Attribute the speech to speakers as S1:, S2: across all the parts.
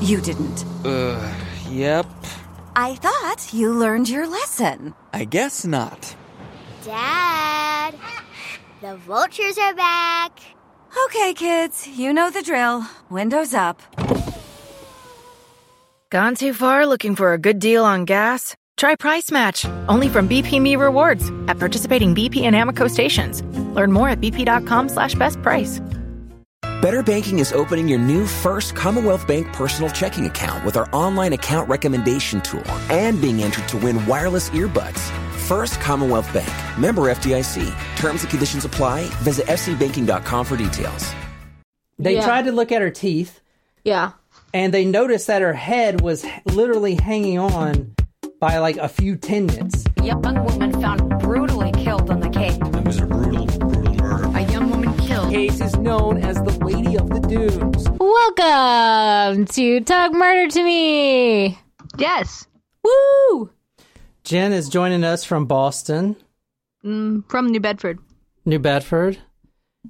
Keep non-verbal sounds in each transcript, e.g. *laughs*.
S1: You didn't.
S2: Uh, yep.
S1: I thought you learned your lesson.
S2: I guess not.
S3: Dad, the vultures are back.
S1: Okay, kids, you know the drill. Windows up.
S4: Gone too far looking for a good deal on gas? Try Price Match, only from BP Me Rewards at participating BP and Amoco stations. Learn more at bp.com slash best price.
S5: Better Banking is opening your new first Commonwealth Bank personal checking account with our online account recommendation tool and being entered to win wireless earbuds. First Commonwealth Bank, member FDIC. Terms and conditions apply. Visit fcbanking.com for details.
S6: They
S7: Yeah.
S6: tried to look at her teeth
S7: Yeah.
S6: and they noticed that her head was h- literally hanging on by like a few tendons.
S8: Young woman found brutally killed on the Cape.
S9: It was a brutal, brutal murder.
S8: A young woman killed.
S10: Case is known as the Lady of the Dunes.
S7: Welcome to Talk Murder to Me.
S10: Yes,
S7: Woo!
S6: Jen is joining us from Boston,
S10: mm, from New Bedford,
S6: New Bedford,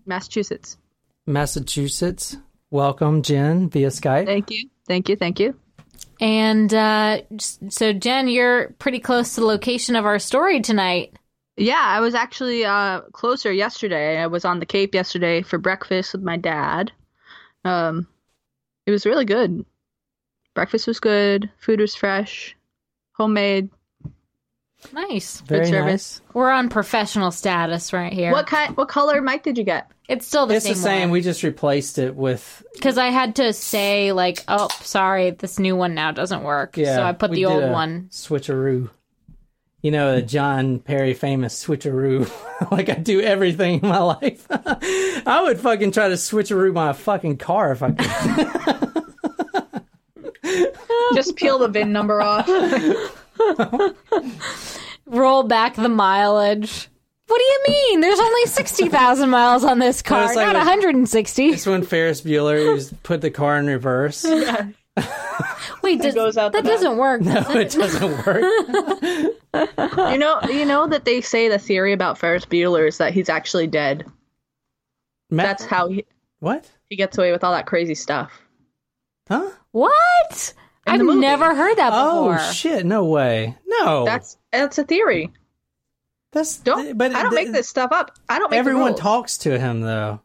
S10: Massachusetts.
S6: Massachusetts. Welcome, Jen, via Skype.
S10: Thank you, thank you, thank you.
S7: And uh, s- so, Jen, you're pretty close to the location of our story tonight.
S10: Yeah, I was actually uh, closer yesterday. I was on the Cape yesterday for breakfast with my dad. Um, it was really good. Breakfast was good. Food was fresh, homemade.
S7: Nice.
S6: Very
S10: service.
S6: nice.
S7: We're on professional status right here.
S10: What kind? What color mic did you get?
S7: It's still the
S6: it's
S7: same.
S6: the same. We just replaced it with
S7: because I had to say like, oh, sorry, this new one now doesn't work.
S6: yeah.
S7: so I put
S6: we
S7: the
S6: did
S7: old
S6: a
S7: one.
S6: switcheroo. You know, a John Perry famous switcheroo. *laughs* like I do everything in my life. *laughs* I would fucking try to switcheroo my fucking car if I could.
S10: Just peel the VIN number off.
S7: Roll back the mileage. What do you mean? There's only sixty thousand miles on this
S6: Well,
S7: car,
S6: it's like
S7: not
S6: a-
S7: one hundred and sixty.
S6: It's when Ferris Bueller was put the car in
S10: *laughs*
S6: reverse. *laughs* No,
S7: Wait, does,
S10: goes out
S7: that
S10: the back.
S7: doesn't work.
S6: it doesn't work.
S10: *laughs* You know, you know that they say the theory about Ferris Bueller is that he's actually dead.
S6: Ma-
S10: That's how he,
S6: what?
S10: he gets away with all that crazy stuff.
S6: Huh?
S7: What?
S10: In
S7: I've
S10: the movie.
S7: never heard that
S6: Oh
S7: before.
S6: shit! No way! No,
S10: That's that's a theory.
S6: that's
S10: Don't
S6: But
S10: I don't
S6: th-
S10: make this stuff up. I don't make the
S6: Everyone
S10: rules.
S6: talks to him though.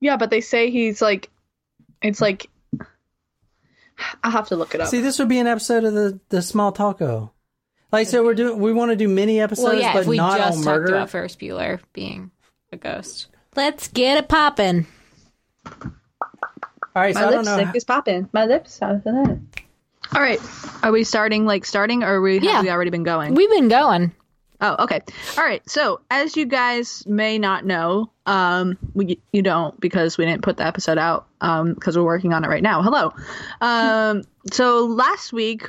S10: Yeah, but they say he's like, it's like, I'll have to look it up.
S6: See, this would be an episode of the the small taco. Like, so we're doing. We want to do mini episodes,
S7: well, yeah,
S6: but
S7: if we
S6: not
S7: just
S6: on
S7: talked
S6: murder.
S7: about Ferris Bueller being a ghost. Let's get it poppin'.
S6: All right, so
S10: My
S6: I don't know.
S10: lipstick is popping. My lips. All right, are we starting like starting, or we
S7: Yeah.
S10: have we already been going?
S7: We've been going.
S10: Oh, okay. All right. So, as you guys may not know, um, we, you don't because we didn't put the episode out um, because we're working on it right now. Hello. Um, so, last week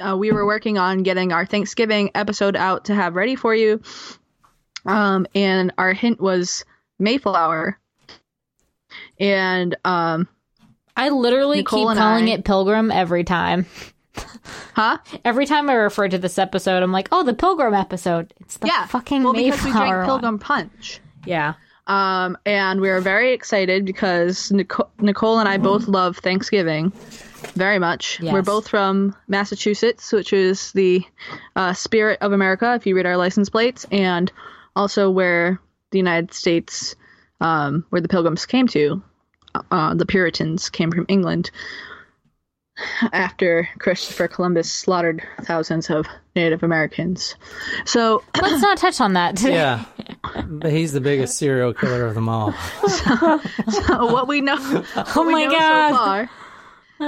S10: uh, we were working on getting our Thanksgiving episode out to have ready for you. Um, and our hint was Mayflower. And um,
S7: I literally
S10: Nicole
S7: keep
S10: and
S7: calling
S10: I-
S7: it Pilgrim every time.
S10: huh?
S7: Every time I refer to this episode, I'm like, oh, the Pilgrim episode. It's the
S10: yeah.
S7: fucking
S10: well, because we
S7: Mayflower
S10: drank
S7: one.
S10: Pilgrim Punch.
S7: Yeah.
S10: Um, and we are very excited because Nicole, Nicole and I both love Thanksgiving very much.
S7: Yes.
S10: We're both from Massachusetts, which is the uh, spirit of America, if you read our license plates, and also where the United States, um, where the Pilgrims came to. Uh, the Puritans came from England after Christopher Columbus slaughtered thousands of Native Americans. So,
S7: Let's not touch on that
S6: *laughs*
S7: today.
S10: *laughs*
S6: yeah, but he's the biggest serial killer of them all.
S10: *laughs* what
S7: *laughs*
S10: we know. What we
S7: Oh my
S10: know
S7: God.
S10: So far.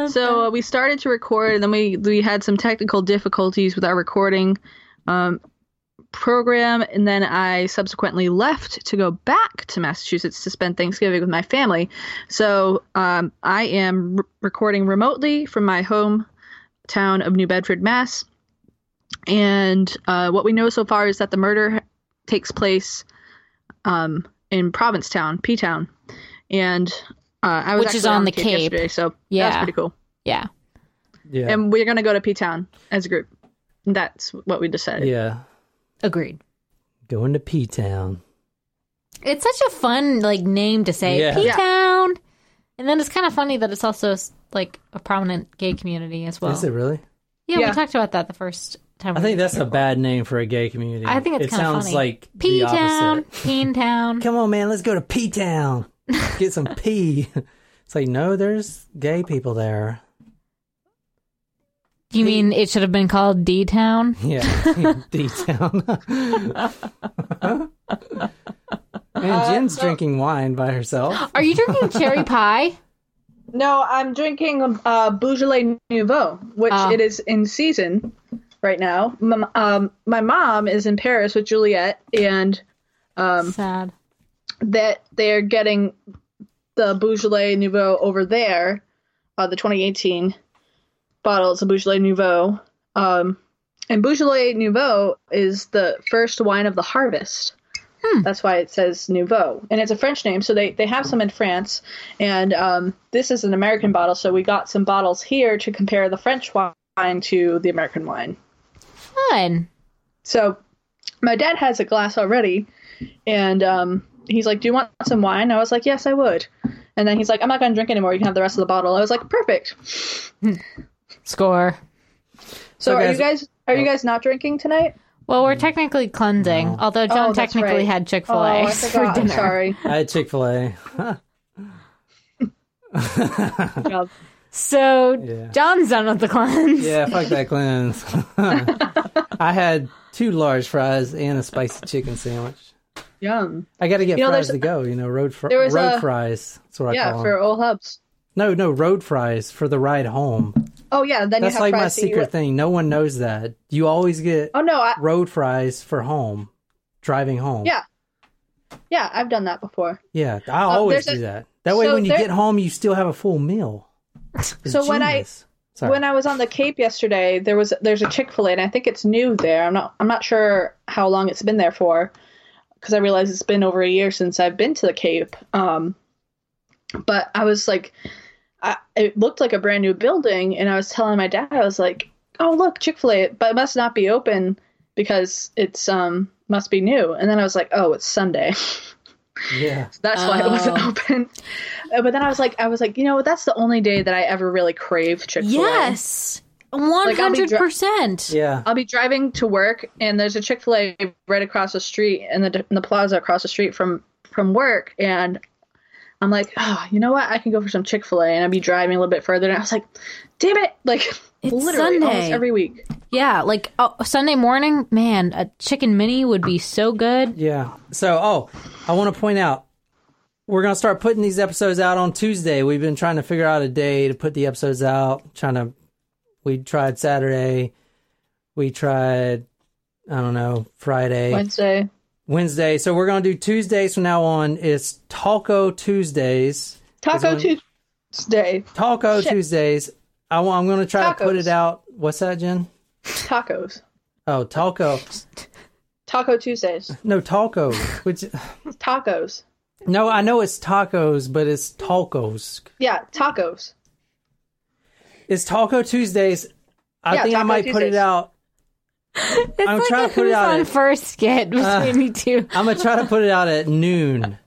S10: So uh, we started to record, and then we we had some technical difficulties with our recording um, program, and then I subsequently left to go back to Massachusetts to spend Thanksgiving with my family. So um, I am re- recording remotely from my home town of New Bedford, Mass. And uh, what we know so far is that the murder takes place um, in Provincetown, P Town, and uh, I was
S7: Which is
S10: actually
S7: on the Cape.
S10: yesterday, so that's
S7: Yeah.
S10: pretty cool.
S7: *laughs* Yeah.
S6: Yeah,
S10: And we're gonna go to P Town as a group. That's what we decided.
S6: yeah.
S7: Agreed.
S6: Going to P Town.
S7: It's such a fun like name to say.
S6: Yeah.
S7: P Town. And then it's kind of funny that it's also like a prominent gay community as well.
S6: Is it really?
S7: yeah,
S10: Yeah.
S7: we talked about that the first time.
S6: I
S7: we
S6: think
S7: did
S6: that's a bad name for a gay community.
S7: I think it's
S6: it
S7: kinda
S6: sounds
S7: funny.
S6: like
S7: P
S6: the
S7: Town,
S6: opposite.
S7: Peen Town.
S6: Come on, man, let's go to P
S10: *laughs*
S6: Town. Get some pee. It's like no, there's gay people there.
S7: You mean it should have been called D Town?
S6: Yeah, *laughs* D Town. and Jen's
S10: Uh,
S6: drinking wine by herself.
S10: *gasps*
S7: Are you drinking cherry pie?
S10: No, I'm drinking uh, Beaujolais Nouveau, which
S7: Oh.
S10: it is in season right now. M- um, my mom is in Paris with Juliet, and
S7: *laughs* Sad.
S10: that they're getting the Beaujolais Nouveau over there, uh, the 2018 bottles of Beaujolais Nouveau. Um, and Beaujolais Nouveau is the first wine of the harvest. That's why it says Nouveau. And it's a French name, so they, they have some in France. And um, this is an American bottle, so we got some bottles here to compare the French wine to the American wine.
S7: Fun.
S10: So my dad has a glass already, and um, he's like, "Do you want some wine?" I was like, "Yes, I would." And then he's like, "I'm not gonna drink anymore. You can have the rest of the bottle." I was like, "Perfect."
S7: Score.
S10: So,
S6: So guys- Oh.
S10: are you guys are you guys not drinking tonight?
S7: Well, we're technically cleansing, although John
S10: Oh, that's
S7: technically
S10: right.
S7: had Chick
S10: Oh,
S7: fil A
S10: I
S7: for
S10: forgot. I'm
S7: dinner.
S10: sorry.
S6: I had Chick Fil A.
S7: *laughs* So
S6: Yeah.
S7: John's done with the cleanse.
S6: Yeah, fuck that cleanse. *laughs* I had two large fries and a spicy chicken sandwich.
S10: Yum.
S6: I got to get
S10: You know,
S6: fries
S10: there's-
S6: to go. You know, road fr-
S10: There
S6: road
S10: was a-
S6: fries. That's what I
S10: Yeah,
S6: call
S10: for
S6: them.
S10: old hubs.
S6: No, no, road fries for the ride home.
S10: Oh yeah, then you
S6: That's
S10: have
S6: like
S10: fries
S6: my
S10: to eat
S6: secret
S10: with-
S6: thing. No one knows that. You always get
S10: Oh no, I,
S6: road fries for home, driving home.
S10: Yeah. yeah, I've done that before.
S6: yeah. I always
S10: there's
S6: do
S10: a-
S6: that. That way,
S10: so
S6: when you
S10: there-
S6: get home, you still have a full meal.
S10: *laughs* So when I-
S6: Sorry.
S10: When I was on the Cape yesterday, there was there's a Chick Fil A, and I think it's new there. I'm not I'm not sure how long it's been there for, because I realize it's been over a year since I've been to the Cape. Um, but I was like, I, it looked like a brand new building, and I was telling my dad, I was like, "Oh look, Chick Fil A, but it must not be open because it's um must be new." And then I was like, "Oh, it's Sunday." *laughs*
S6: yeah.
S10: That's why it wasn't open. Uh, But then I was like, I was like, you know, that's the only day that I ever really crave Chick Fil A.
S7: Yes. 100%.
S6: Yeah.
S10: I'll be driving to work, and there's a Chick Fil A right across the street, in the in the plaza across the street from from work, and I'm like, oh, you know what? I can go for some Chick Fil A, and I'd be driving a little bit further, and I was like, damn it, like
S7: It's
S10: *laughs* literally almost
S7: Sunday.
S10: every week.
S7: Yeah, like oh, Sunday morning, man, a chicken mini would be so good.
S6: Yeah. So, oh, I want to point out we're going to start putting these episodes out on Tuesday. We've been trying to figure out a day to put the episodes out. Trying to, we tried Saturday. We tried, I don't know, Friday,
S10: Wednesday,
S6: Wednesday. So we're going to do Tuesdays from now on. It's Taco Tuesdays.
S10: Taco Tuesday,
S6: Taco Tuesdays. I, am going to try to put
S10: Tacos.
S6: it out. What's that, Jen?
S10: tacos,
S6: Oh, Taco.
S10: Taco Tuesdays,
S6: No, Taco. Which,
S10: tacos.
S6: no, I know it's tacos, but it's tacos.
S10: Yeah, tacos.
S6: It's Taco Tuesdays. I
S10: Yeah,
S6: think I
S10: Taco
S6: might put it
S10: Tuesdays.
S6: out.
S7: It's
S6: I'm
S7: like
S6: trying
S7: a
S6: to put it
S7: who's
S6: out Uh.
S7: on
S6: at-
S7: first skit between you two.
S6: I'm gonna try to put it out at noon.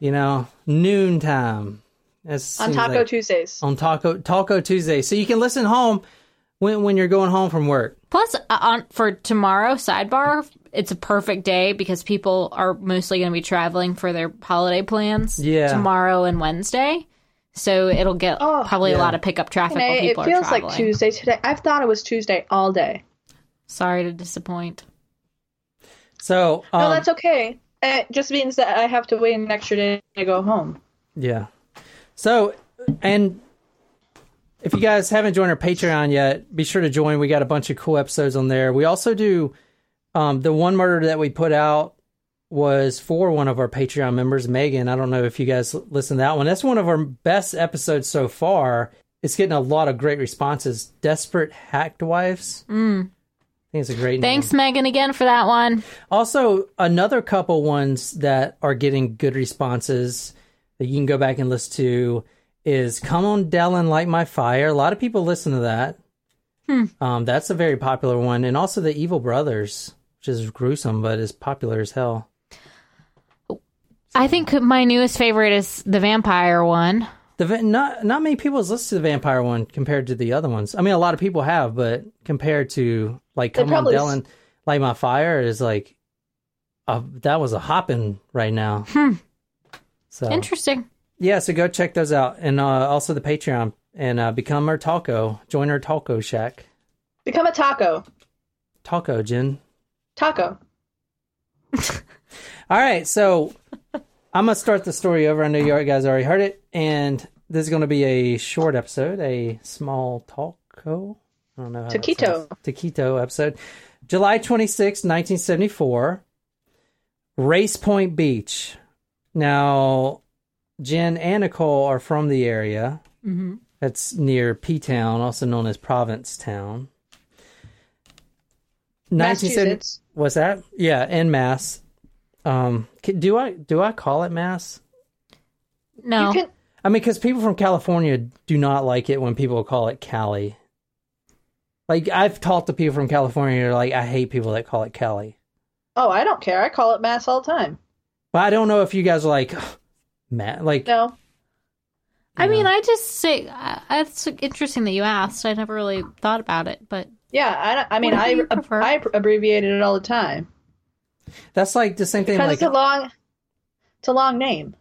S6: You know, noon time. That's
S10: on Taco Tuesdays.
S6: on Taco Taco Tuesday, so you can listen home when when you're going home from work.
S7: Plus, uh, on for tomorrow sidebar, it's a perfect day because people are mostly going to be traveling for their holiday plans.
S6: Yeah.
S7: tomorrow and Wednesday, so it'll get
S10: Oh.
S7: probably a lot of pickup traffic while
S10: Today, it
S7: people are
S10: feels
S7: traveling.
S10: like Tuesday today. I've thought it was Tuesday all day.
S7: Sorry to disappoint.
S6: So um,
S10: no, that's okay. It just means that I have to wait an extra day to go home.
S6: yeah. So and if you guys haven't joined our Patreon yet, be sure to join. We got a bunch of cool episodes on there. We also do um, the one murder that we put out was for one of our Patreon members, Megan. I don't know if you guys l- listened to that one. That's one of our best episodes so far. It's getting a lot of great responses. Desperate Hacked Wives. Mm. I think it's a great name.
S7: Thanks, Megan, again for that one.
S6: Also, another couple ones that are getting good responses that you can go back and listen to is "Come on, Dell and Light My Fire." A lot of people listen to that.
S10: Hmm.
S6: Um, that's a very popular one, and also the Evil Brothers, which is gruesome but is popular as hell.
S7: I think my newest favorite is the vampire one.
S6: The va- not not many people has listened to the vampire one compared to the other ones. I mean, a lot of people have, but compared to like
S10: They
S6: come on,
S10: probably s-
S6: Dylan, light my fire is like, uh, that was a hopping right now.
S10: Hmm.
S6: So
S7: Interesting.
S6: yeah, so go check those out, and uh, also the Patreon, and uh, become our taco. Join our taco shack.
S10: Become a taco.
S6: Taco Jen.
S10: Taco.
S6: All right, so I'm gonna start the story over. I know you guys already heard it, and this is gonna be a short episode, a small talko. I don't know. How that
S10: Taquito.
S6: sounds. Taquito episode, July 26, 1974, Race Point Beach. Now, Jen and Nicole are from the area.
S10: Mm-hmm.
S6: That's near P Town, also known as Provincetown. 1970
S10: Massachusetts.
S6: What's that? Yeah, in Mass. Um, c- do I do I call it Mass?
S7: No.
S10: You can,
S6: I mean, because people from California do not like it when people call it Cali. Like I've talked to people from California, they're like, I hate people that call it Cali.
S10: oh, I don't care. I call it mass all the time.
S6: But I don't know if you guys are like, *gasps* Matt, like
S10: No.
S7: I mean, I just say I, it's interesting that you asked. I never really thought about it, but
S10: Yeah, I, don't- I mean,
S7: What do
S10: I,
S7: you prefer?
S10: I abbreviated it all the time.
S6: that's like the same thing.
S10: Because
S6: Like,
S10: it's a long, it's a long name.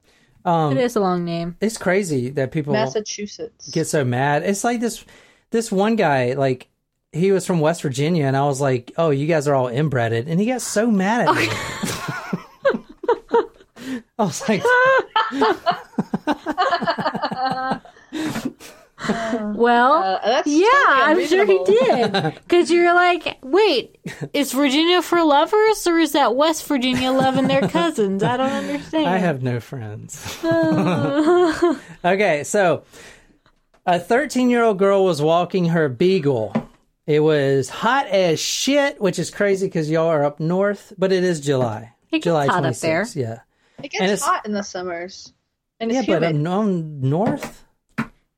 S6: um,
S7: it is a long name.
S6: it's crazy that people
S10: Massachusetts.
S6: get so mad. It's like this this one guy, like he was from West Virginia, and I was like, "Oh, you guys are all inbreded," and he got so mad at me. *laughs* I was like,
S7: Well,
S10: Uh, that's
S7: yeah, I'm sure he
S10: totally
S7: did.
S6: *laughs*
S7: Because you're like, wait, is Virginia for lovers or is that West Virginia loving their cousins? I don't understand.
S6: "I have no friends." okay, so a 13 year old girl was walking her beagle. It was hot as shit, which is crazy because y'all are up north, but it is July.
S7: It gets
S6: July
S7: hot up there.
S6: 26th, Yeah,
S10: It
S6: And
S10: gets
S6: it's-
S10: hot in the summers, and
S6: yeah,
S10: it's
S6: but I'm,
S10: humid.
S6: I'm north.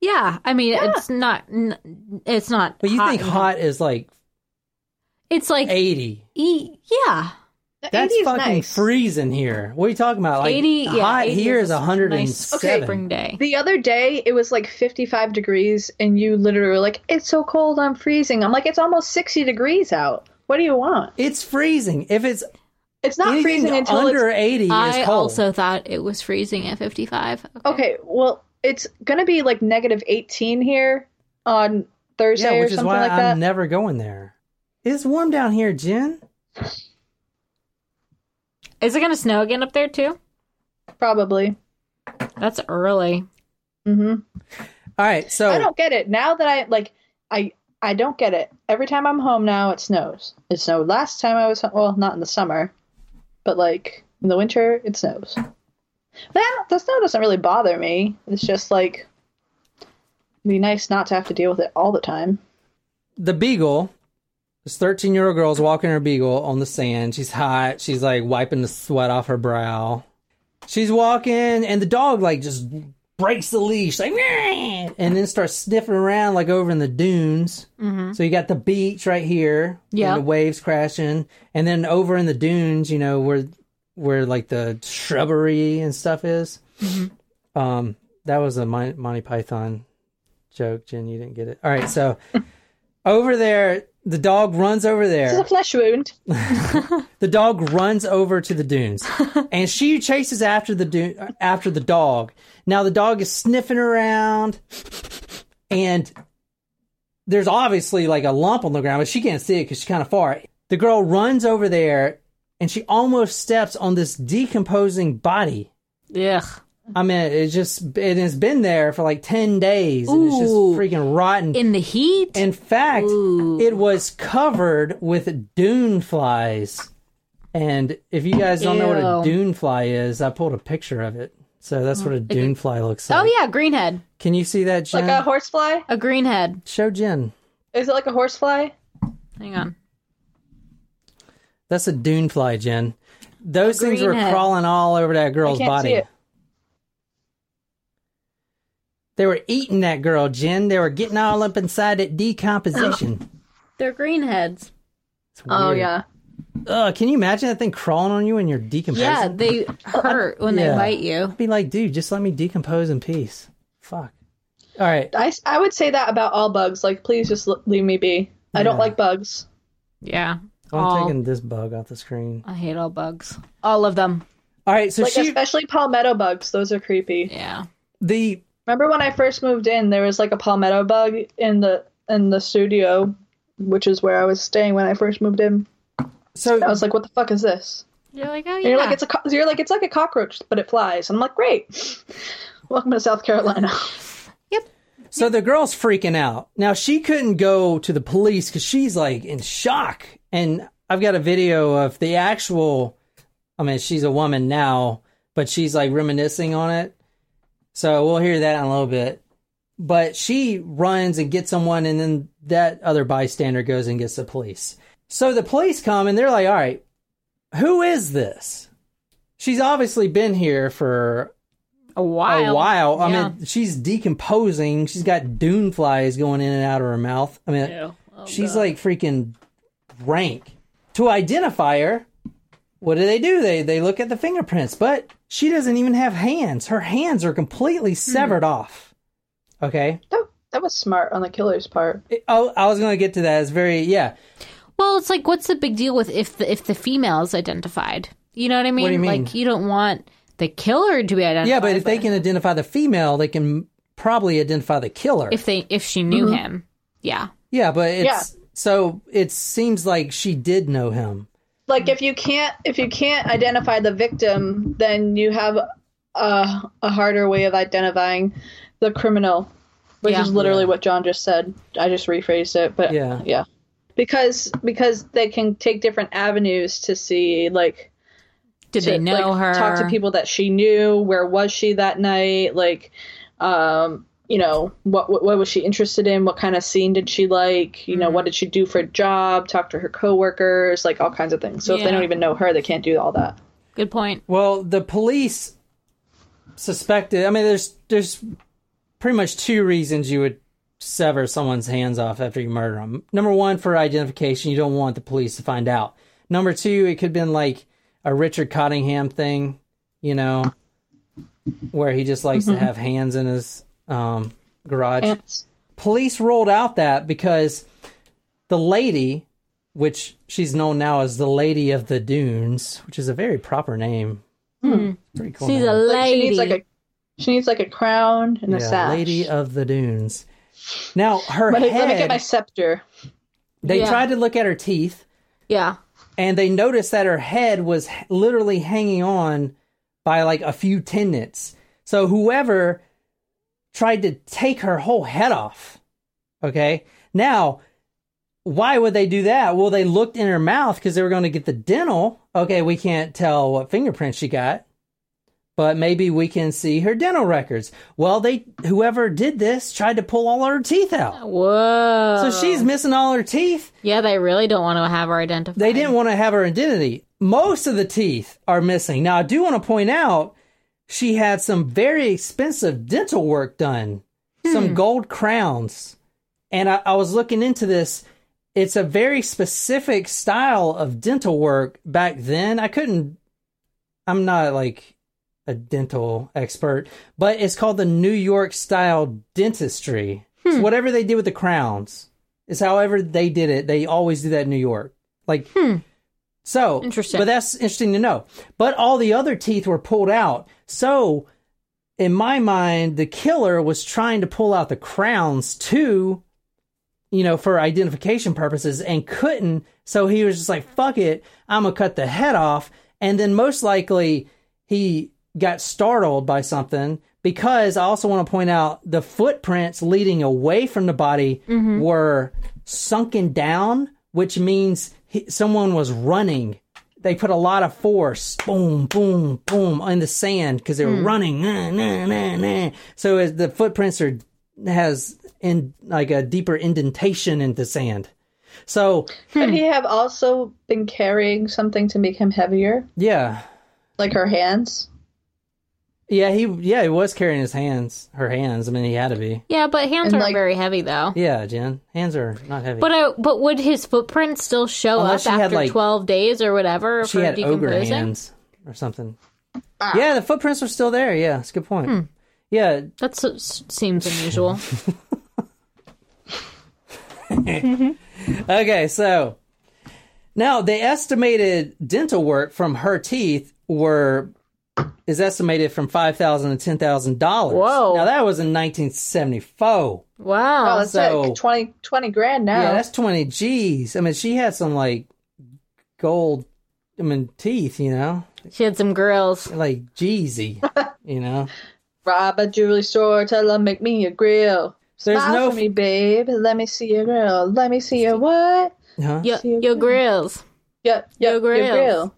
S7: Yeah, I mean, it's not. n- It's not.
S6: But you
S7: hot
S6: think
S7: and-
S6: hot is like
S7: It's like
S6: 80.
S7: e- yeah.
S10: The
S6: That's
S10: 80 is
S6: fucking
S10: nice.
S6: freezing here. What are you talking about? Like
S7: 80 yeah,
S6: hot
S7: 80
S6: here is
S7: is a Nice
S6: 107. *laughs*
S7: spring day.
S10: The other day, it was like 55 degrees, and you literally were like, "It's so cold, I'm freezing." I'm like, "It's almost 60 degrees out. What do you want?"
S6: It's freezing. If it's
S10: It's not
S6: anything
S10: freezing until
S6: under
S10: it's
S6: 80
S7: I
S6: is cold.
S7: also thought it was freezing at 55.
S10: okay. Well, it's gonna be like negative 18 here on Thursday
S6: yeah,
S10: or
S6: which is
S10: something
S6: why
S10: like
S6: I'm
S10: that.
S6: never going there. It's warm down here, Jen.
S7: Is it going to snow again up there too?
S10: Probably.
S7: That's early.
S10: hmm
S6: All right, so
S10: I don't get it now that I like I I don't get it. Every time I'm home now, it snows. It snowed last time I was home. Well, not in the summer, but like in the winter, it snows. That the snow doesn't really bother me. It's just like it'd be nice not to have to deal with it all the time.
S6: the beagle this 13 year old girl's walking her beagle on the sand she's hot she's like wiping the sweat off her brow she's walking and the dog like just breaks the leash like "Meow," and then starts sniffing around like over in the dunes so you got the beach right here and
S7: Yeah.
S6: the waves crashing and then over in the dunes you know where where like the shrubbery and stuff is um that was a Mon- monty python joke jen you didn't get it all right so *laughs* over there the dog runs over
S10: It's a *laughs*
S6: there
S10: flesh wound.
S6: the dog runs over to the dunes and she chases after the dune after the dog now the dog is sniffing around and there's obviously like a lump on the ground but she can't see it because she's kind of far the girl runs over there and she almost steps on this decomposing body
S7: Ugh.
S6: i mean it's just it has been there for like 10 days and it's just
S7: Ooh.
S6: freaking rotten
S7: In the heat?
S6: in fact,
S7: Ooh.
S6: it was covered with dune flies. And if you guys don't know what a
S7: Ew.
S6: dune fly is, I pulled a picture of it. So that's what a dune fly looks like.
S7: oh, yeah, greenhead.
S6: Can you see that,
S10: Like
S6: Jen?
S10: a horsefly?
S7: A greenhead.
S6: Show Jen.
S10: Is it like a horsefly?
S7: Hang on.
S6: That's a dune fly, Jen. Those things were
S7: green head.
S6: crawling all over that girl's
S10: can't
S6: body.
S10: see it.
S6: They were eating that girl, Jen. They were getting all up inside that decomposition.
S10: *clears throat*
S7: They're greenheads.
S6: It's
S10: Oh
S6: weird.
S10: yeah.
S6: Ugh, can you imagine that thing crawling on you when you're decomposing?
S7: Yeah, they hurt when
S6: Yeah.
S7: they bite you.
S6: I'd be like, dude, just let me decompose in peace. Fuck. All right.
S10: I, s- I would say that about all bugs. Like, please just l- leave me be. I don't
S6: Yeah.
S10: like bugs.
S7: Yeah.
S6: I'm
S7: all,
S6: taking this bug off the screen.
S7: I hate all bugs. All of them.
S6: All right. So
S10: like,
S6: she
S10: especially palmetto bugs. Those are creepy.
S7: Yeah.
S6: the
S10: Remember when I first moved in, there was like a palmetto bug in the in the studio, which is where I was staying when I first moved in.
S6: so
S10: I was like, "What the fuck is this?"
S7: You're like, oh
S10: And
S7: yeah.
S10: you're like, "It's a co- you're like it's like a cockroach, but it flies." I'm like, "Great, *laughs* welcome to South Carolina." *laughs*
S6: so the girl's freaking out. Now she couldn't go to the police because she's like in shock. And I've got a video of the actual. I mean, she's a woman now, but she's like reminiscing on it. So we'll hear that in a little bit. But she runs and gets someone, and then that other bystander goes and gets the police. So the police come and they're like, all right, who is this? She's obviously been here for
S7: a while.
S6: a while. I
S7: Yeah.
S6: mean, she's decomposing. She's got dune flies going in and out of her mouth. I mean,
S7: Ew. Oh,
S6: she's
S7: God.
S6: like freaking rank. To identify her, what do they do? They they look at the fingerprints, but she doesn't even have hands. Her hands are completely
S7: Hmm.
S6: severed off. Okay.
S10: that, that was smart on the killer's part.
S6: It- oh, I was going to get to that. It's very yeah.
S7: Well, it's like, what's the big deal with if the, if the female is identified? You know what I mean?
S6: do you mean?
S7: Like, you don't want the killer to be identified.
S6: Yeah, but if they can identify the female, they can probably identify the killer.
S7: if they if she knew
S6: Mm-hmm.
S7: him, yeah,
S6: yeah, but it's so it seems like she did know him.
S10: Like, if you can't if you can't identify the victim, then you have a a harder way of identifying the criminal, which
S7: Yeah.
S10: is literally what John just said. I just rephrased it, but
S6: Yeah.
S10: yeah. because because they can take different avenues to see like
S7: did
S10: to,
S7: they know
S10: like,
S7: her?
S10: talk to people that she knew where was she that night like um you know what, what what was she interested in what kind of scene did she like you know
S7: Mm-hmm.
S10: what did she do for a job talk to her coworkers like all kinds of things so if
S7: Yeah.
S10: they don't even know her they can't do all that
S7: Good point.
S6: Well, the police suspected. I mean, there's there's pretty much two reasons you would sever someone's hands off after you murder them. Number one, for identification, you don't want the police to find out. Number two, it could have been like a Richard Cottingham thing, you know, where he just likes to have hands in his um, garage
S10: Ants.
S6: police rolled out that because the lady, which she's known now as the Lady of the Dunes, which is a very proper name.
S10: Hmm.
S6: Pretty cool.
S7: She's
S6: name.
S7: a
S10: Like, she
S7: lady.
S10: needs like a she needs like a crown and a
S6: Yeah,
S10: sash
S6: Lady of the Dunes. Now her
S10: let me,
S6: head.
S10: let me get my scepter
S6: they
S7: Yeah.
S6: tried to look at her teeth,
S7: yeah,
S6: and they noticed that her head was h- literally hanging on by like a few tendons. So whoever tried to take her whole head off, okay? Now, why would they do that? Well, they looked in her mouth because they were going to get the dental. Okay, we can't tell what fingerprints she got, but maybe we can see her dental records. Well, they whoever did this tried to pull all her teeth out.
S7: whoa.
S6: So she's missing all her teeth.
S7: yeah. They really don't want to have her identified.
S6: They didn't want to have her identity. Most of the teeth are missing. Now, I do want to point out she had some very expensive dental work done, some gold crowns. And I, I was looking into this. It's a very specific style of dental work back then. I couldn't, I'm not like a dental expert, but it's called the New York style dentistry. It's whatever they did with the crowns is however they did it. They always do that in New York. Like, so
S7: Interesting.
S6: But that's interesting to know. But all the other teeth were pulled out. So, in my mind, the killer was trying to pull out the crowns too, you know, for identification purposes and couldn't. So he was just like, fuck it, I'm going to cut the head off. And then most likely he got startled by something because I also want to point out the footprints leading away from the body were sunken down, which means he, someone was running. They put a lot of force, boom, boom, boom, in the sand because they were running. Nah, nah, nah, nah. So as the footprints are has in like a deeper indentation in the sand. So
S10: could
S7: Hmm.
S10: he have also been carrying something to make him heavier
S6: yeah,
S10: like her hands
S6: yeah, he yeah he was carrying his hands, her hands. I mean, he had to be.
S7: Yeah, but hands
S10: And,
S7: aren't
S10: like-
S7: very heavy though.
S6: Yeah, Jen, hands are not heavy.
S7: But uh, but would his footprints still show
S6: Unless she
S7: up
S6: had,
S7: after
S6: like-
S7: twelve days or whatever? of
S6: she
S7: her
S6: had ogre
S7: decomposing? Hmm.
S6: hands or something. Yeah, the footprints are still there. Yeah, that's a good point. Yeah. *laughs*
S7: That seems unusual.
S6: okay, so now the estimated dental work from her teeth were is estimated from five thousand to ten thousand dollars.
S10: Whoa.
S6: Now that was in nineteen seventy four.
S7: Wow.
S10: Oh, that's
S6: So-
S10: like 20, 20 grand now.
S6: Yeah, that's twenty G's. I mean, she had some like gold, I mean, teeth. You know,
S7: she had some grills.
S6: like Jeezy. you know, *laughs*
S10: Rob a jewelry store, tell them make me a grill.
S6: There's
S10: Smile
S6: no-
S10: for me, babe. Let me see your grill. Let me see your what?
S6: huh?
S7: Yo, your grills.
S10: Yep, yep,
S7: Your
S10: your grill.
S7: grills.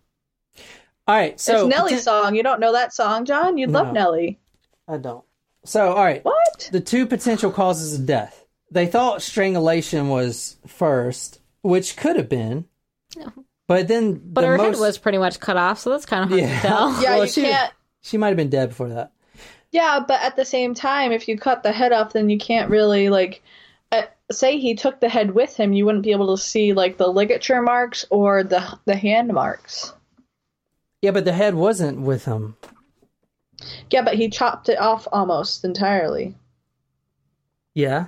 S6: All right, so
S10: it's Nelly's song. You don't know that song, John? You'd love
S6: No.
S10: Nelly.
S6: I don't. So, all right.
S10: What?
S6: The two potential causes of death. They thought strangulation was first, which could have been. But then
S7: But
S6: the
S7: her
S6: most,
S7: head was pretty much cut off, so that's kind of hard
S6: *laughs* Yeah.
S7: *laughs* to tell.
S10: Yeah,
S6: Oh, Well,
S10: you
S6: she-
S10: can't.
S6: she might have been dead before that.
S10: Yeah, but at the same time, if you cut the head off, then you can't really like. Uh, say he took the head with him, you wouldn't be able to see like the ligature marks or the the hand marks.
S6: Yeah, but the head wasn't with him.
S10: Yeah, but he chopped it off almost entirely.
S6: Yeah.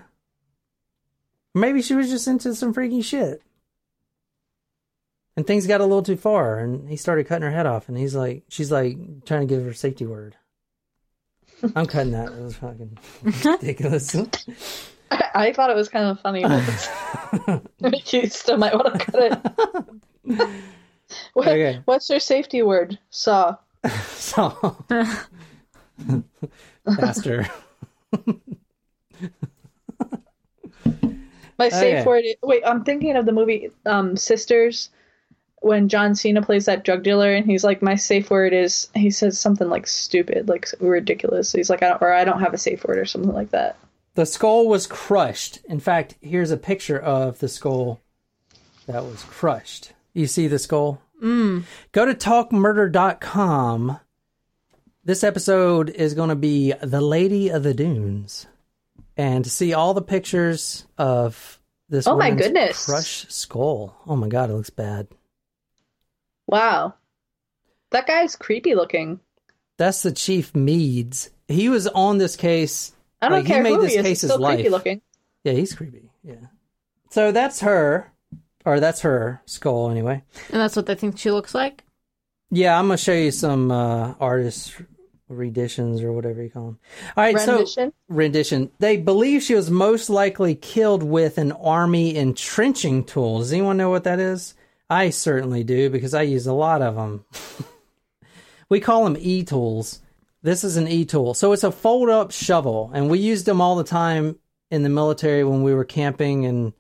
S6: Maybe she was just into some freaky shit. And things got a little too far and he started cutting her head off and he's like she's like trying to give her safety word. I'm cutting that. It was fucking ridiculous. *laughs*
S10: I, I thought it was kind of funny.
S6: *laughs*
S10: but *laughs* you still might want to cut it. what,
S6: Okay.
S10: What's your safety word? Saw.
S6: so *laughs* faster.
S10: My safe
S6: Okay.
S10: word. Is, wait, I'm thinking of the movie um, Sisters when John Cena plays that drug dealer, and he's like, "My safe word is." He says something like "stupid," like ridiculous. He's like, I don't, "Or I don't have a safe word," or something like that.
S6: The skull was crushed. In fact, here's a picture of the skull that was crushed. You see the skull? Mm. Go to talkmurder.com. This episode is going to be The Lady of the Dunes. And to see all the pictures of this
S10: Oh my
S6: woman's
S10: goodness.
S6: crushed skull. Oh my God, it looks bad.
S10: Wow, that guy's creepy looking.
S6: That's the Chief Meads. He was on this case.
S10: I don't
S6: like,
S10: care
S6: he made
S10: who
S6: this
S10: he is.
S6: case
S10: He's
S6: his
S10: still
S6: life.
S10: creepy looking.
S6: Yeah, he's creepy. Yeah. So that's her, or that's her skull anyway.
S7: And that's what they think she looks like.
S6: Yeah, I'm gonna show you some uh, artist renditions or whatever you call them. All right, so
S10: Rendition?
S6: rendition. They believe she was most likely killed with an army entrenching tool. Does anyone know what that is? I certainly do because I use a lot of them. *laughs* we call them e tools. This is an e tool. So it's a fold up shovel, and we used them all the time in the military when we were camping and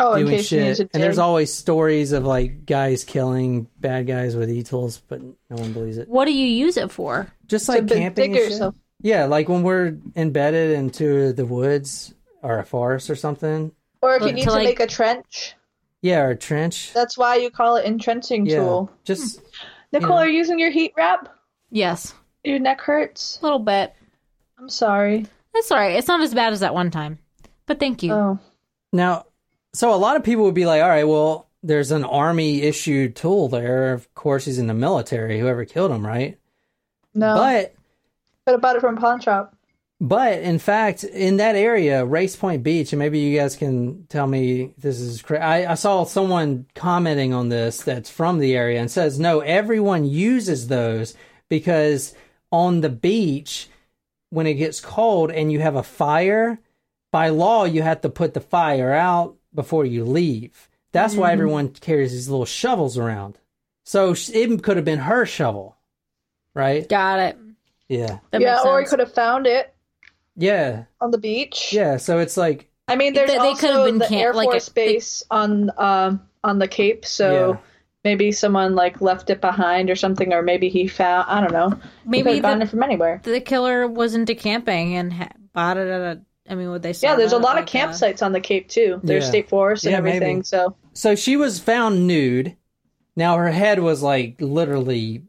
S10: Oh, in
S6: doing
S10: case you need
S6: shit.
S10: to
S6: And there's
S10: dig.
S6: always stories of like guys killing bad guys with e tools, but no one believes it.
S7: What do you use it for?
S6: Just like
S10: bit
S6: camping.
S10: bigger,
S6: And shit.
S10: so-
S6: Yeah, like when we're embedded into the woods or a forest or something.
S10: Or if
S7: Well,
S10: you need
S7: to,
S10: to
S7: like-
S10: make a trench,
S6: Yeah, or a trench.
S10: that's why you call it entrenching
S6: yeah.
S10: tool.
S6: Just
S10: Nicole, are you using your heat wrap?
S7: Yes,
S10: Your neck hurts.
S7: a little bit.
S10: I'm sorry.
S7: That's all right. It's not as bad as that one time. But thank you.
S10: Oh,
S6: now so a lot of people would be like, All right, well, there's an army issued tool there. Of course he's in the military, whoever killed him, right?
S10: no.
S6: But
S10: But I bought it from a pawn shop.
S6: But in fact, in that area, Race Point Beach, and maybe you guys can tell me if this is correct. I, I saw someone commenting on this that's from the area and says, no, everyone uses those because on the beach, when it gets cold and you have a fire, by law, you have to put the fire out before you leave. That's why everyone carries these little shovels around. So sh- it could have been her shovel, right?
S7: Got it.
S6: Yeah.
S7: That
S10: yeah,
S7: makes
S10: or he
S7: sense.
S10: could have found it
S6: Yeah.
S10: on the beach.
S6: Yeah. So it's like,
S10: I mean, there's
S7: They- they could have
S10: also
S7: been
S10: the
S7: camp-
S10: Air
S7: like a-
S10: Force Base on um on the Cape, so
S6: Yeah.
S10: maybe someone like left it behind or something, or maybe he found. I don't know. he could
S7: Maybe
S10: have found it
S7: the,
S10: from anywhere.
S7: the killer was into camping and ha- bought it at a. I mean, what they say?
S10: Yeah, there's a
S7: about it,
S10: lot
S7: like uh,
S10: of campsites on the Cape too. There's
S6: Yeah.
S10: state forests and
S6: Yeah, maybe.
S10: everything. So
S6: So she was found nude. Now her head was like literally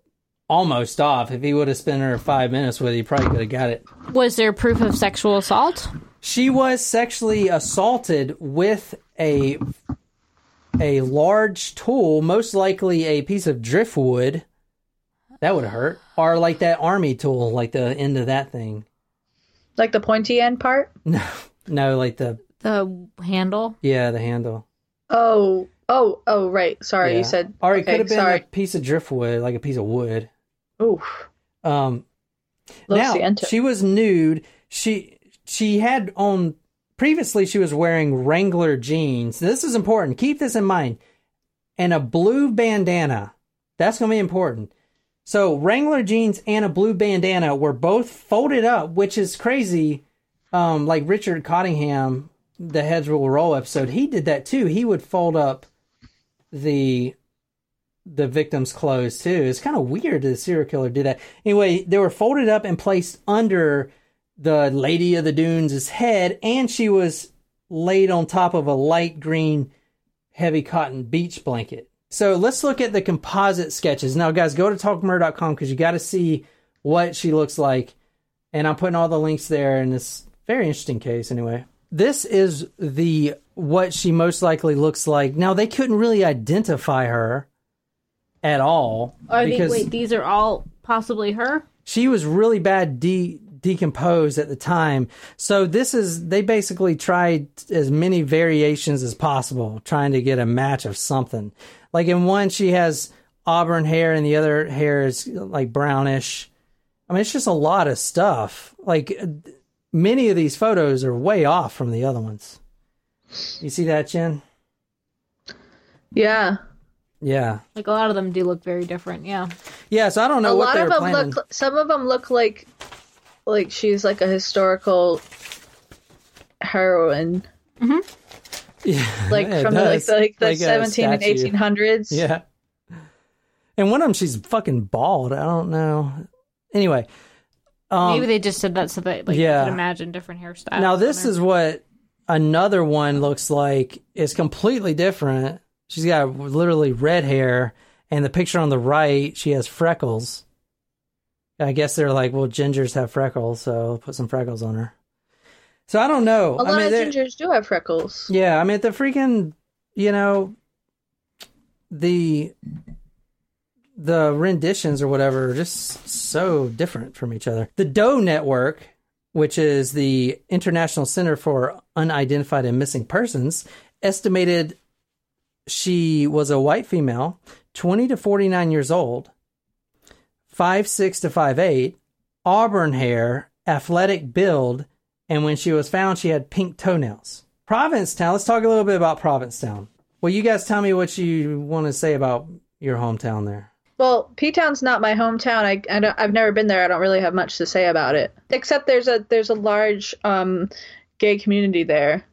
S6: almost off. If he would have spent her five minutes with, it, he probably could have got it.
S7: Was there proof of sexual assault?
S6: She was sexually assaulted with a a large tool, most likely a piece of driftwood. That would hurt, or like that army tool, like the end of that thing. *laughs*
S10: Like the pointy end part?
S6: No, no, like the
S7: the handle.
S6: Yeah, the handle.
S10: Oh, oh, oh, right. Sorry,
S6: Yeah.
S10: you said.
S6: Or it
S10: okay,
S6: could have been
S10: sorry.
S6: a piece of driftwood, like a piece of wood.
S10: Oof.
S6: Um,
S10: Los
S6: now
S10: Cientos.
S6: she was nude. She she had on previously she was wearing Wrangler jeans. This is important. Keep this in mind. And a blue bandana. That's going to be important. So Wrangler jeans and a blue bandana were both folded up, which is crazy. Um, like Richard Cottingham, the Heads Will Roll episode, he did that too. He would fold up the the victim's clothes too. It's kind of weird that the serial killer did that. Anyway, they were folded up and placed under the Lady of the Dunes' head, and she was laid on top of a light green, heavy cotton beach blanket. So let's look at the composite sketches. Now, guys, go to talkmurder.com because you got to see what she looks like. And I'm putting all the links there, and it's a very interesting case anyway. This is the what she most likely looks like. Now they couldn't really identify her at all
S7: Are they,
S6: because
S7: wait, these are all possibly her?
S6: she was really bad de- decomposed at the time. So this is they basically tried as many variations as possible, trying to get a match of something. Like in one, she has auburn hair, and the other hair is like brownish. I mean, it's just a lot of stuff. Like uh, many of these photos are way off from the other ones. You see that, Jen?
S10: Yeah.
S6: Yeah,
S7: Like a lot of them do look very different. Yeah.
S6: yeah. So I don't know
S10: a
S6: what
S10: lot
S6: they
S10: of
S6: were
S10: them
S6: planning. *laughs*
S10: look. Some of them look like, like she's like a historical heroine,
S6: Yeah,
S10: like
S6: it
S10: from the, like
S6: does.
S10: the, like the
S6: Like a
S10: 17 and
S6: statue.
S10: 1800s.
S6: Yeah. *laughs* And one of them, she's fucking bald. I don't know. Anyway, um,
S7: Maybe they just did that so that like
S6: yeah.
S7: you could imagine different hairstyles.
S6: now this is what another one looks like. It's completely different. She's got literally red hair, and the picture on the right, she has freckles. I guess they're like, well, gingers have freckles, so put some freckles on her. So I don't know.
S10: A lot
S6: I mean,
S10: of
S6: they're-
S10: gingers do have freckles.
S6: Yeah, I mean the freaking, you know, the the renditions or whatever are just so different from each other. The Doe Network, which is the International Center for Unidentified and Missing Persons, estimated she was a white female, 20 to 49 years old, five six to five eight, auburn hair, athletic build, and when she was found, she had pink toenails. Provincetown, let's talk a little bit about Provincetown. Well, you guys tell me what you want to say about your hometown there.
S10: Well, P Town's not my hometown. I, I don't, I've never been there. I don't really have much to say about it, except there's a there's a large um, gay community there.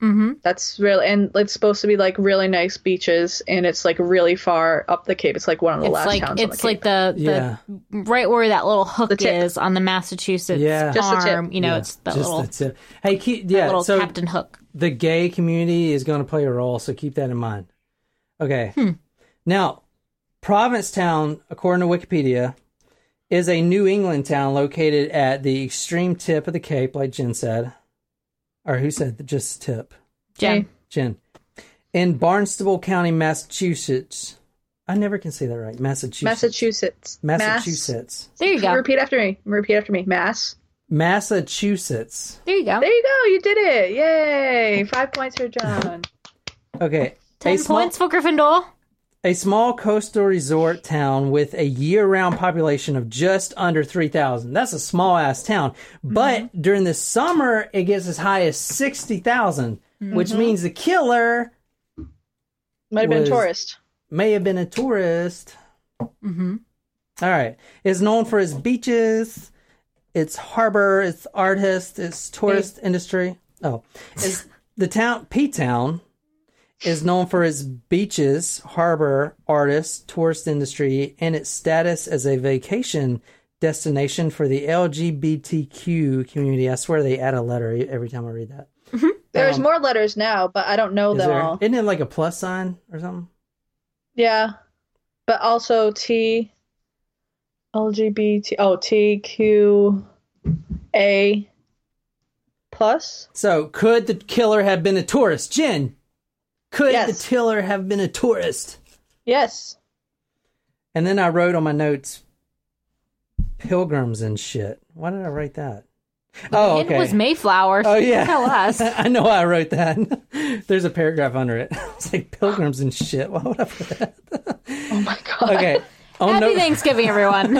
S7: Mm-hmm.
S10: That's really and it's supposed to be like really nice beaches, and it's like really far up the Cape. It's like one of the
S7: It's
S10: last
S7: like
S10: towns.
S7: it's
S10: on the
S7: like the, the
S6: Yeah.
S7: right where that little hook
S10: The tip.
S7: is on the Massachusetts
S6: Yeah.
S10: Just the tip.
S7: arm. You know,
S6: Yeah,
S7: it's that
S6: just
S7: little,
S6: the tip. Hey, keep,
S7: that
S6: yeah.
S7: little
S6: so
S7: Captain Hook.
S6: the gay community is going to play a role, so keep that in mind. Okay.
S7: Hmm.
S6: Now, Provincetown, according to Wikipedia, is a New England town located at the extreme tip of the Cape, like Jen said, or who said the just tip?
S7: Jen.
S6: Jen. In Barnstable County, Massachusetts. I never can say that right. Massachusetts.
S10: Massachusetts. Mass-
S6: Massachusetts.
S7: There you go.
S10: Repeat after me. Repeat after me. Mass.
S6: Massachusetts.
S7: There you go.
S10: There you go. You did it. Yay. Five points
S6: *laughs*
S10: for John.
S6: Okay.
S7: Ten
S6: a small-
S7: points for Gryffindor.
S6: a small coastal resort town with a year-round population of just under 3000 that's a small ass town but during the summer it gets as high as 60000 which means the killer
S10: Might have been
S6: Was-
S10: a tourist.
S6: may have been a tourist mm-hmm. right is known for its beaches its harbor its artists its tourist industry oh is the town p-town is known for its beaches, harbor, artists, tourist industry, and its status as a vacation destination for the LGBTQ community. I swear they add a letter e- every time I read that.
S10: There's more letters now, but I don't know
S6: Is
S10: them
S6: there-
S10: all.
S6: Isn't it like a plus sign or something?
S10: Yeah. But also T LGBT oh T Q A plus.
S6: So, could the killer have been a tourist? Jen, could
S10: Yes.
S6: the killer have been a tourist?
S10: Yes.
S6: And then I wrote on my notes pilgrims and shit. Why did I write that? Oh,
S7: It
S6: okay.
S7: was Mayflower.
S6: Oh yeah,
S7: Tell us.
S6: I know why I wrote that. *laughs* There's a paragraph under it. *laughs* It's like pilgrims and shit. Why would I put that? *laughs* *laughs* oh my god.
S7: *laughs*
S6: Okay. On
S7: Happy
S6: Nov- *laughs*
S7: Thanksgiving, everyone.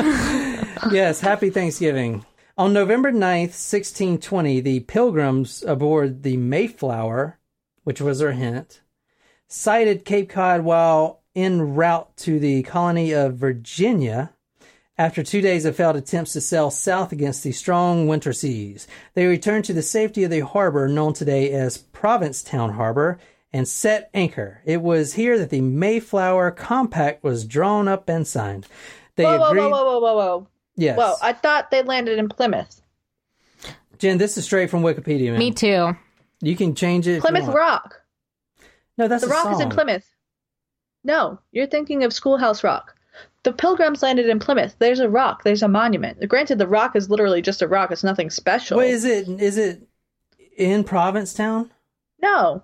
S6: yes, happy Thanksgiving. On November 9th, 1620, the pilgrims aboard the Mayflower, which was their hint, sighted Cape Cod while en route to the colony of Virginia. After two days of failed attempts to sail south against the strong winter seas, they returned to the safety of the harbor known today as Provincetown Harbor and set anchor. It was here that the Mayflower Compact was drawn up and signed. They
S10: Whoa, whoa,
S6: agreed.
S10: whoa, whoa, whoa, whoa, whoa.
S6: Yes.
S10: Whoa, I thought they landed in Plymouth.
S6: Jen, this is straight from Wikipedia, man.
S7: Me too.
S6: You can change it. if you
S10: Plymouth
S6: want.
S10: Rock.
S6: No, that's
S10: the
S6: a
S10: Rock is in
S6: song.
S10: Plymouth. No, you're thinking of Schoolhouse Rock. The Pilgrims landed in Plymouth. There's a rock. There's a monument. Granted, the rock is literally just a rock. It's nothing special.
S6: Wait, is it is it in Provincetown?
S10: No.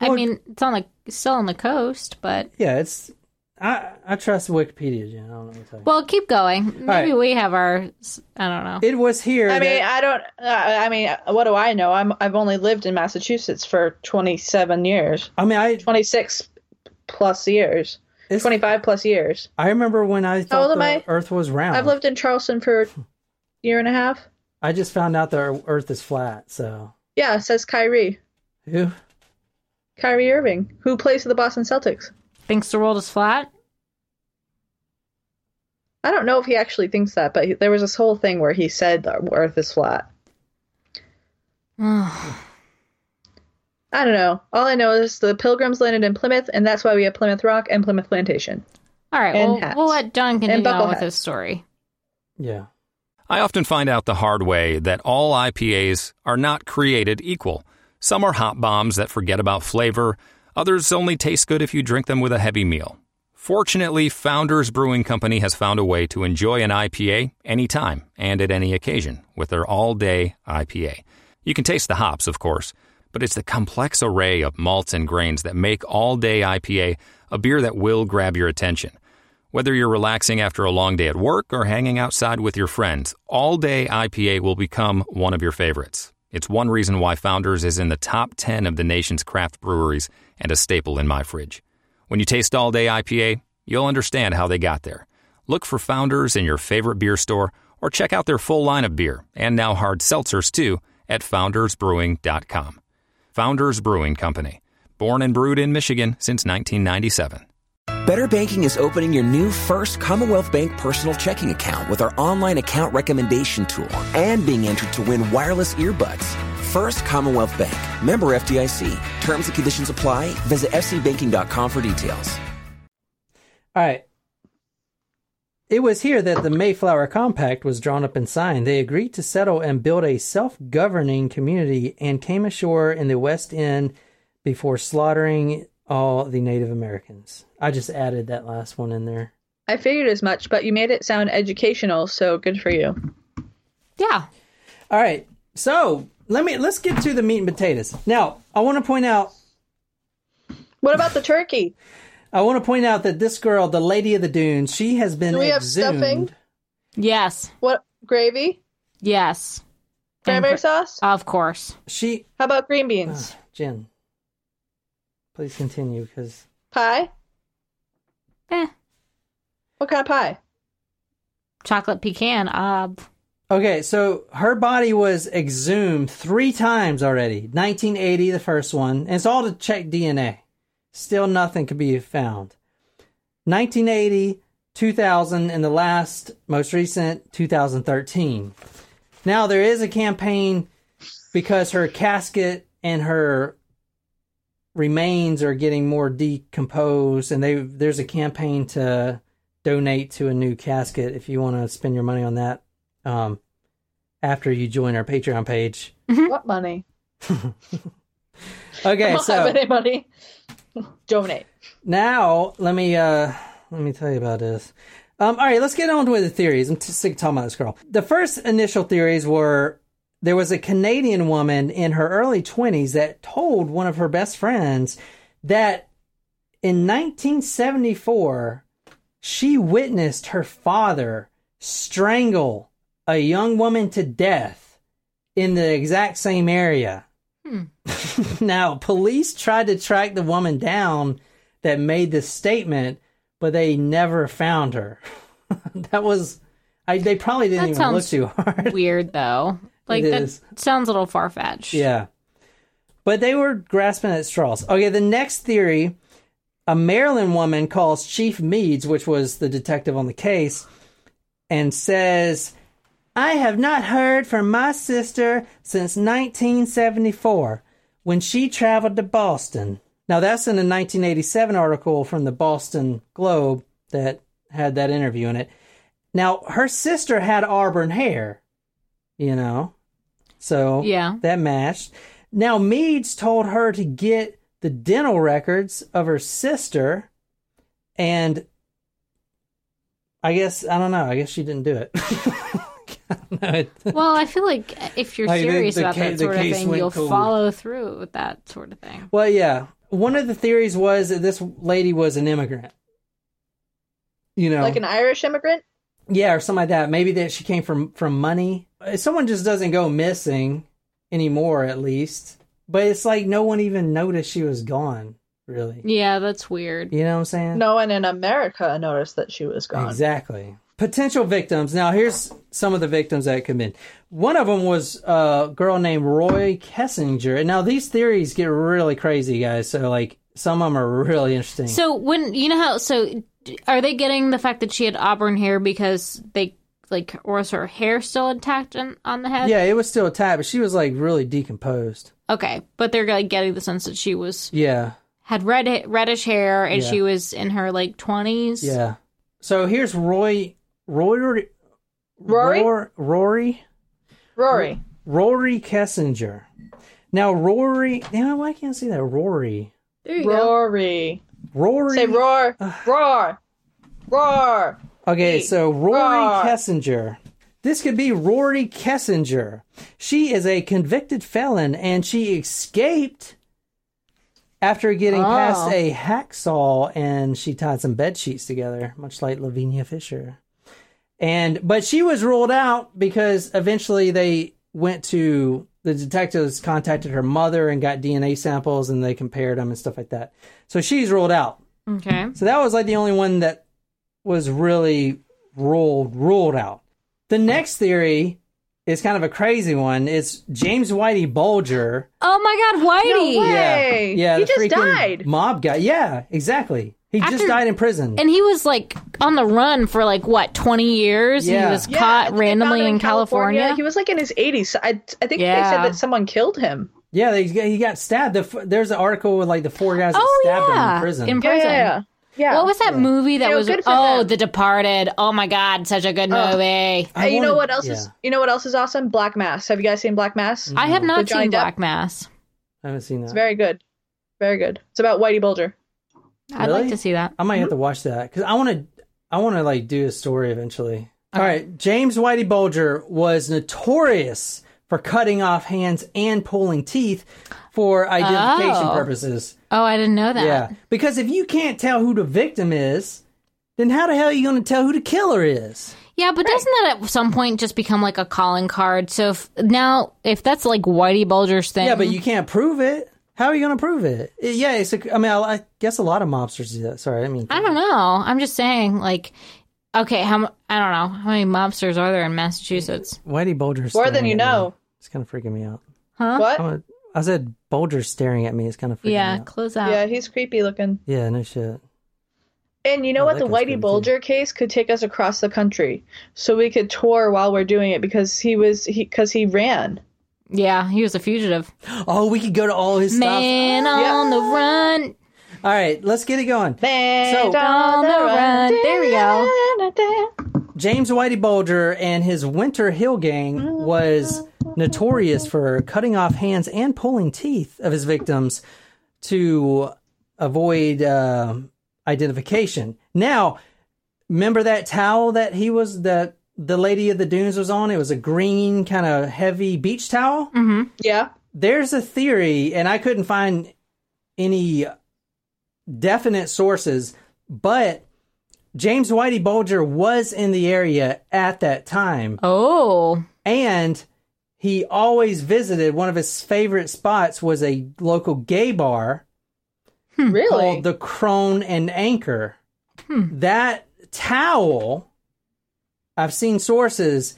S7: I mean, it's on the it's still on the coast, but
S6: Yeah, it's. I I trust Wikipedia, Jen. I don't know what to tell you.
S7: well, keep going. Maybe
S6: right.
S7: we have our. s- I don't know.
S6: it was here.
S10: I mean,
S6: that-
S10: I don't. Uh, I mean, what do I know? I'm. I've only lived in Massachusetts for 27 years,
S6: I mean, I
S10: 26 plus years,
S6: it's-
S10: 25 plus years.
S6: I remember when I thought
S10: old
S6: the
S10: am I?
S6: Earth was round.
S10: I've lived in Charleston for a year and a half.
S6: I just found out the Earth is flat. So
S10: Yeah, it says Kyrie,
S6: who?
S10: Kyrie Irving, who plays for the Boston Celtics.
S7: Thinks the world is flat.
S10: I don't know if he actually thinks that, but he, there was this whole thing where he said the Earth is flat. I don't know. All I know is the Pilgrims landed in Plymouth, and that's why we have Plymouth Rock and Plymouth Plantation.
S7: All right.
S10: And
S7: Well,
S10: hats.
S7: we'll let John continue
S10: buckle
S7: on with
S10: hats.
S7: his story.
S6: Yeah.
S11: I often find out the hard way that all IPAs are not created equal. Some are hot bombs that forget about flavor, others only taste good if you drink them with a heavy meal. Fortunately, Founders Brewing Company has found a way to enjoy an IPA anytime and at any occasion with their all day IPA. You can taste the hops, of course, but it's the complex array of malts and grains that make all day IPA a beer that will grab your attention. Whether you're relaxing after a long day at work or hanging outside with your friends, all day IPA will become one of your favorites. It's one reason why Founders is in the top 10 of the nation's craft breweries and a staple in my fridge. When you taste all day IPA, you'll understand how they got there. Look for Founders in your favorite beer store or check out their full line of beer and now hard seltzers too at foundersbrewing.com. Founders Brewing Company, born and brewed in Michigan since 1997.
S5: Better Banking is opening your new first Commonwealth Bank personal checking account with our online account recommendation tool and being entered to win wireless earbuds. First Commonwealth Bank, member FDIC. Terms and conditions apply. Visit fcbanking.com for details.
S6: All right. It was here that the Mayflower Compact was drawn up and signed. They agreed to settle and build a self governing community and came ashore in the West End before slaughtering all the Native Americans. I just added that last one in there.
S10: I figured as much, but you made it sound educational, so good for you.
S7: Yeah.
S6: All right. So let me let's get to the meat and potatoes. Now, I want to point out
S10: What about the turkey?
S6: I want to point out that this girl, the Lady of the Dunes, she has been
S10: Do we have
S6: exhumed.
S10: stuffing?
S7: Yes.
S10: What gravy?
S7: Yes.
S10: Cranberry
S7: And-
S10: sauce?
S7: Of course.
S6: She ah,
S10: How about green
S7: uh.
S10: beans?
S6: Jen. Please continue because
S10: Pie?
S7: Eh.
S10: What kind of pie?
S7: Chocolate pecan. Uh,
S6: *laughs*
S7: Of.
S6: Okay, so her body was exhumed three times already. 1980, the first one. And it's all to check DNA. Still nothing could be found. 1980, 2000, and the last, most recent, 2013. Now, there is a campaign because her casket and her remains are getting more decomposed, and they there's a campaign to donate to a new casket if you want to spend your money on that um, after you join our Patreon page.
S7: Mm-hmm.
S10: What money? I *laughs*
S6: Okay,
S10: don't
S12: *laughs*
S10: have
S6: so
S10: any money. Donate.
S6: now let me uh, let me tell you about this. Um, all right, let's get on with the theories. I'm t- sick of talking about this girl. The first initial theories were there was a Canadian woman in her early 20s that told one of her best friends that in 1974 she witnessed her father strangle a young woman to death in the exact same area.
S7: Hmm.
S6: *laughs* now, police tried to track the woman down that made this statement, but they never found her. *laughs* that was, I, they probably didn't even look too hard.
S7: weird though. Like
S6: It
S7: that
S6: is.
S7: sounds a little far fetched.
S6: Yeah. But they were grasping at straws. Okay, the next theory a Maryland woman calls Chief Meads, which was the detective on the case, and says, I have not heard from my sister since 1974 when she traveled to Boston. Now, that's in a 1987 article from the Boston Globe that had that interview in it. Now, her sister had auburn hair, you know. So
S7: Yeah.
S6: that matched. Now Meads told her to get the dental records of her sister, and I guess I don't know. I guess she didn't do it. *laughs* I don't know. It-
S7: *laughs* Well, I feel like if you're
S6: Like, the-
S7: serious
S6: the
S7: about
S6: ca-
S7: that
S6: the
S7: sort of
S6: case
S7: thing,
S6: went
S7: you'll
S6: cold.
S7: follow through with that sort of thing.
S6: well, yeah. One of the theories was that this lady was an immigrant. You know,
S12: Like an Irish immigrant?
S6: yeah, or something like that. Maybe that she came from from money. Uh, Someone just doesn't go missing anymore, at least. But it's like no one even noticed she was gone. Really,
S7: Yeah, that's weird.
S6: you know what I'm saying?
S12: No one in America noticed that she was gone.
S6: Exactly. Potential victims. Now, here's some of the victims that come in. One of them was a girl named Roy Kessinger. Now, these theories get really crazy, guys. So, like, some of them are really interesting.
S7: So when you know how so d- are they getting the fact that she had auburn hair because they like or was her hair still intact on, on the head?
S6: yeah, it was still a tie, but she was like really decomposed.
S7: Okay, but they're like getting the sense that she was
S6: Yeah.
S7: had red ha- reddish hair and
S6: Yeah.
S7: she was in her like twenties.
S6: Yeah. So here's Roy. Roy.
S12: Rory?
S6: Rory. Rory.
S12: Rory.
S6: Rory Kessinger. Now, Rory. Now, why can't I say that? Rory.
S7: There
S12: Rory.
S6: Rory.
S12: Say roar. roar. Roar.
S6: Okay, so Rory
S12: Roar.
S6: Kessinger. This could be Rory Kessinger. She is a convicted felon and she escaped after getting
S7: Oh.
S6: past a hacksaw and she tied some bed sheets together, much like Lavinia Fisher. And but she was ruled out because eventually they went to the detectives contacted her mother and got DNA samples and they compared them and stuff like that. So she's ruled out.
S7: Okay.
S6: So that was like the only one that was really ruled ruled out. The next theory is kind of a crazy one. It's James Whitey Bulger.
S7: Oh my God, Whitey!
S12: No way.
S6: Yeah,
S12: he
S6: the
S12: just
S6: freaking
S12: died.
S6: Mob guy. Yeah, exactly. He just
S7: After-
S6: died in prison.
S7: And he was like on the run for like what twenty years. and
S6: Yeah.
S7: He was
S12: Yeah, I
S7: caught
S12: think they found
S7: randomly
S12: him
S7: in California.
S12: He was like in his 80s. I, I think they
S7: Yeah.
S12: said that someone killed him.
S6: yeah, they, he got stabbed. The, f- there's an article with like the four guys that
S7: Oh,
S6: stabbed him
S7: yeah.
S6: in prison.
S7: In prison.
S12: Yeah, yeah, yeah.
S7: What was that movie that
S12: Feel
S7: was?
S12: good for
S7: Oh,
S12: them.
S7: The Departed. Oh my God, such a good
S12: Oh.
S6: I
S7: movie.
S12: And you know
S6: wanted-
S12: what else is
S6: yeah.
S12: you know what else is awesome? Black Mass. Have you guys seen Black Mass?
S7: I
S6: Mm-hmm.
S7: have not
S12: With Johnny
S7: seen
S12: Depp?
S7: Black Mass.
S6: I haven't seen that.
S12: It's very good. Very good. It's about Whitey Bulger.
S7: I'd
S6: Really?
S7: like to see that. Mm-hmm.
S6: I might have to watch that because I want to. I want to like do a story eventually. All right, James Whitey Bulger was notorious for cutting off hands and pulling teeth for identification
S7: Oh.
S6: purposes.
S7: Oh, I didn't know that.
S6: Yeah, because if you can't tell who the victim is, then how the hell are you going to tell who the killer is?
S7: Yeah, but doesn't that at some point just become like a calling card? So if now, if that's like Whitey Bulger's thing,
S6: Yeah, but you can't prove it. How are you going to prove it? It- Yeah, it's. A, I mean, I, I guess a lot of mobsters do that. Sorry, I mean,
S7: I don't know. I'm just saying, like, okay, how mu- I don't know how many mobsters are there in Massachusetts?
S6: Whitey Bulger's
S12: More
S6: staring
S12: than you
S6: at me.
S12: know.
S6: It's kind of freaking me out.
S7: Huh?
S12: What?
S6: I'm a, I said Bulger's staring at me. It's kind of freaking
S7: Yeah,
S6: me out.
S7: close out.
S12: Yeah, he's creepy looking.
S6: Yeah, no shit.
S12: And you know
S6: Yeah,
S12: what?
S6: Oh, that
S12: The
S6: guy's creepy,
S12: Whitey
S6: too.
S12: Bulger case could take us across the country, so we could tour while we're doing it because he was he because he ran.
S7: Yeah, he was a fugitive.
S6: Oh, we could go to all his
S7: Man on the run.
S6: stuff. All right, let's get it going.
S12: And
S7: on the run. There we go.
S6: James Whitey Bulger and his Winter Hill Gang was notorious for cutting off hands and pulling teeth of his victims to avoid um identification. Now, remember that towel that he was that the lady of the dunes was on? It was a green kind of heavy beach towel.
S12: Yeah.
S6: there's a theory, and I couldn't find any definite sources, but James Whitey Bulger was in the area at that time,
S7: Oh,
S6: and he always visited one of his favorite spots was a local gay bar
S7: Hmm.
S12: really
S6: called the crone and anchor that towel i've seen sources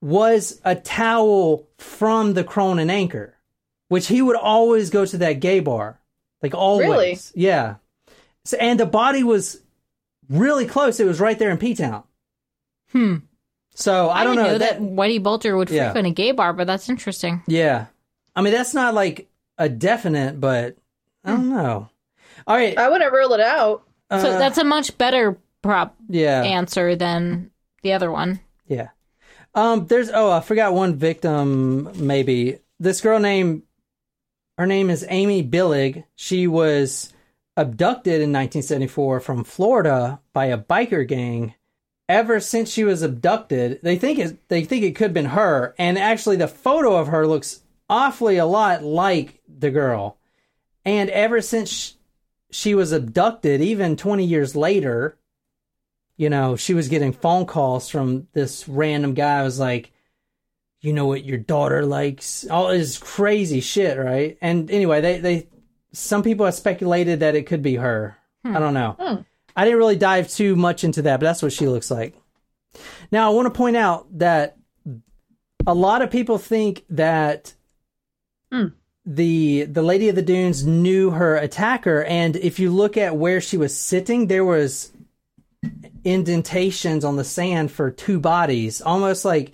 S6: was a towel from the crone and anchor which he would always go to that gay bar like always
S12: Really?
S6: yeah so, and the body was really close it was right there in p-town
S7: Hmm.
S6: so i, don't
S7: didn't
S6: know
S7: know that, Whitey Bulger would
S6: Yeah.
S7: frequent a gay bar, but that's interesting.
S6: Yeah. I mean, that's not like a definite, but I don't know. All right.
S12: I wouldn't rule it out.
S7: Oh, so
S6: Uh,
S7: that's a much better prop
S6: Yeah.
S7: answer than the other one.
S6: Yeah. Um, there's, oh, I forgot one victim, maybe. This girl named, her name is Amy Billig. She was abducted in 1974 from Florida by a biker gang. Ever since she was abducted, they think it, they think it could have been her. And actually, the photo of her looks awfully a lot like the girl. And ever since sh- she was abducted, even 20 years later, you know, she was getting phone calls from this random guy who was like, you know what your daughter likes, all this crazy shit, right? And anyway, they, they some people have speculated that it could be her. I don't know. I didn't really dive too much into that, but that's what she looks like. Now, I want to point out that a lot of people think that the the lady of the dunes knew her attacker and if you look at where she was sitting there was indentations on the sand for two bodies almost like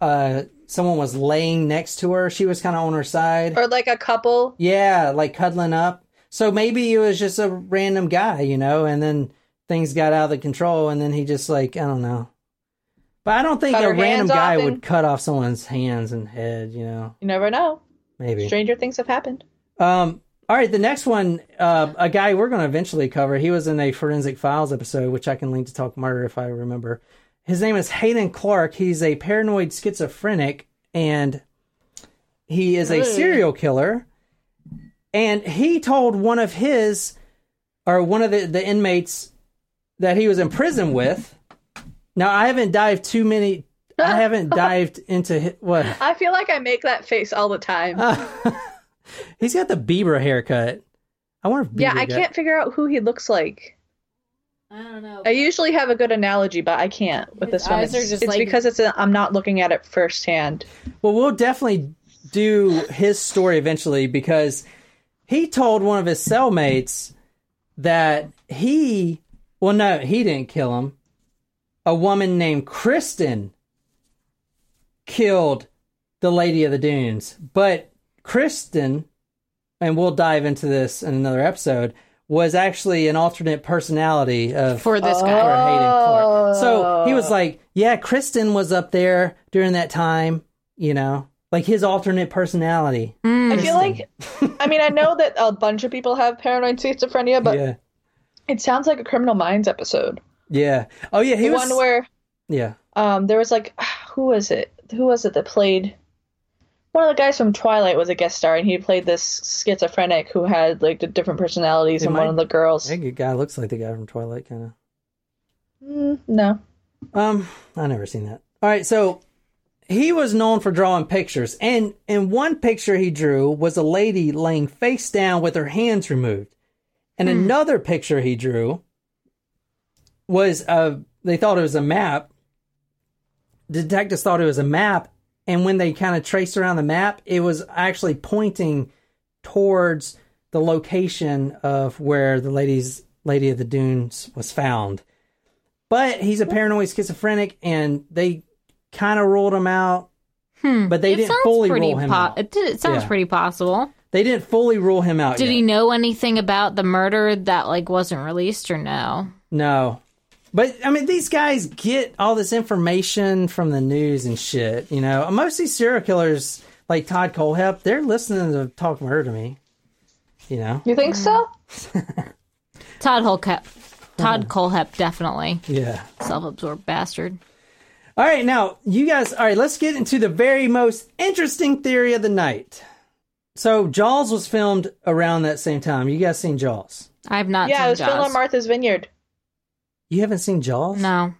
S6: uh someone was laying next to her she was kind of on her side
S12: Or like a couple.
S6: yeah like cuddling up so maybe it was just a random guy you know and then things got out of control and then he just like i don't know but i don't think
S12: Cut
S6: a
S12: her
S6: random
S12: hands off
S6: guy
S12: and-
S6: would cut off someone's hands and head you know
S12: You never know.
S6: maybe
S12: Stranger things have happened.
S6: um, all right, the next one, uh, a guy we're going to eventually cover. He was in a Forensic Files episode, which I can link to Talk Murder if I remember. His name is Hayden Clark. He's a paranoid schizophrenic, and he is a serial killer. And he told one of his, or one of the, the inmates that he was in prison with. Now, I haven't dived too many. I haven't dived into hi- what
S12: I feel like I make that face all the time.
S6: *laughs* he's got the Bieber haircut. I wonder. If Bieber
S12: yeah, I
S6: got-
S12: can't figure out who he looks like.
S7: I don't know.
S12: I usually have a good analogy, but I can't with
S7: His
S12: this one.
S7: eyes
S12: It's,
S7: are just
S12: it's
S7: like-
S12: because it's a, I'm not looking at it firsthand.
S6: Well, we'll definitely do his story eventually because he told one of his cellmates that he, well, no, he didn't kill him. A woman named Kristen killed the Lady of the Dunes. But Kristen, and we'll dive into this in another episode, was actually an alternate personality of
S7: For this
S6: for
S7: guy.
S6: Hayden Clark. So he
S12: Oh.
S6: was like, yeah, Kristen was up there during that time, you know, like his alternate personality.
S12: I feel like, I mean, I know that a bunch of people have paranoid schizophrenia, but
S6: yeah.
S12: it sounds like a Criminal Minds episode.
S6: Yeah. Oh, yeah. He
S12: the
S6: was.
S12: one where
S6: yeah.
S12: um, there was like, who was it? Who was it that played? One of the guys from Twilight was a guest star, and he played this schizophrenic who had like the different personalities,
S6: It
S12: and
S6: might-
S12: one of the girls.
S6: I think the guy looks like the guy from Twilight, kind
S12: Mm, no,
S6: of. Um, I never seen that. All right. So he was known for drawing pictures. And in one picture he drew was a lady laying face down with her hands removed. And
S7: Hmm.
S6: another picture he drew was a, they thought it was a map. Detectives thought it was a map. And when they kind of traced around the map, it was actually pointing towards the location of where the lady's Lady of the Dunes was found. But he's a paranoid schizophrenic, and they kind of ruled him out. But they
S7: Hmm. It
S6: didn't
S7: sounds
S6: fully
S7: pretty
S6: rule him
S7: po-
S6: out.
S7: It, did- it sounds
S6: Yeah. Oh,
S7: pretty possible.
S6: They didn't fully rule him out.
S7: Did
S6: yet.
S7: he know anything about the murder that like wasn't released or no?
S6: No. But I mean, these guys get all this information from the news and shit. You know, most of these serial killers, like Todd Colehep, they're listening to Talk Murder to me. You know,
S12: you think so?
S7: Todd Holcap, Todd Colehep, definitely
S6: yeah.
S7: self-absorbed bastard.
S6: All right, now you guys. All right, let's get into the very most interesting theory of the night. So Jaws was filmed around that same time. You guys seen Jaws?
S7: I have not.
S12: yeah,
S7: seen
S12: it was filmed
S7: Jaws.
S12: on Martha's Vineyard.
S6: You Oh. haven't seen Jaws?
S7: No,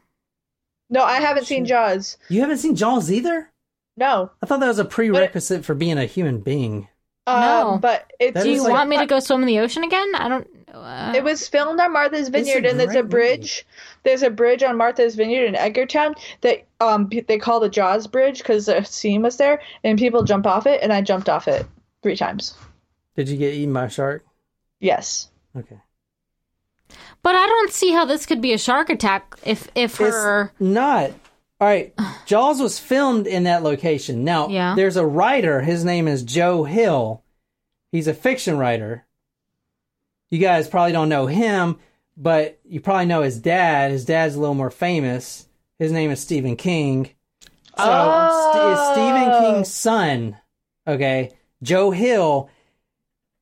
S12: No, I haven't seen Jaws.
S6: You haven't seen Jaws either?
S13: No.
S6: I thought that was a prerequisite for being a human being.
S7: No.
S13: Um, but it's
S7: Do you want me to go swim in the ocean again? I don't. Uh,
S13: It was filmed on Martha's Vineyard, and there's a
S7: great
S13: bridge. There's a bridge on Martha's Vineyard in Edgartown that um pe- they call the Jaws Bridge because the scene was there, and people jump off it, and I jumped off it three times.
S6: Did you get eaten by a shark?
S13: Yes.
S6: Okay.
S7: But I don't see how this could be a shark attack if if her.
S6: Not. All right. Jaws was filmed in that location. Now,
S7: Yeah.
S6: there's a writer. His name is Joe Hill. He's a fiction writer. You guys probably don't know him, but you probably know his dad. His dad's a little more famous. His name is Stephen King. So St- it's
S10: Oh.
S6: Stephen King's son. Okay. Joe Hill.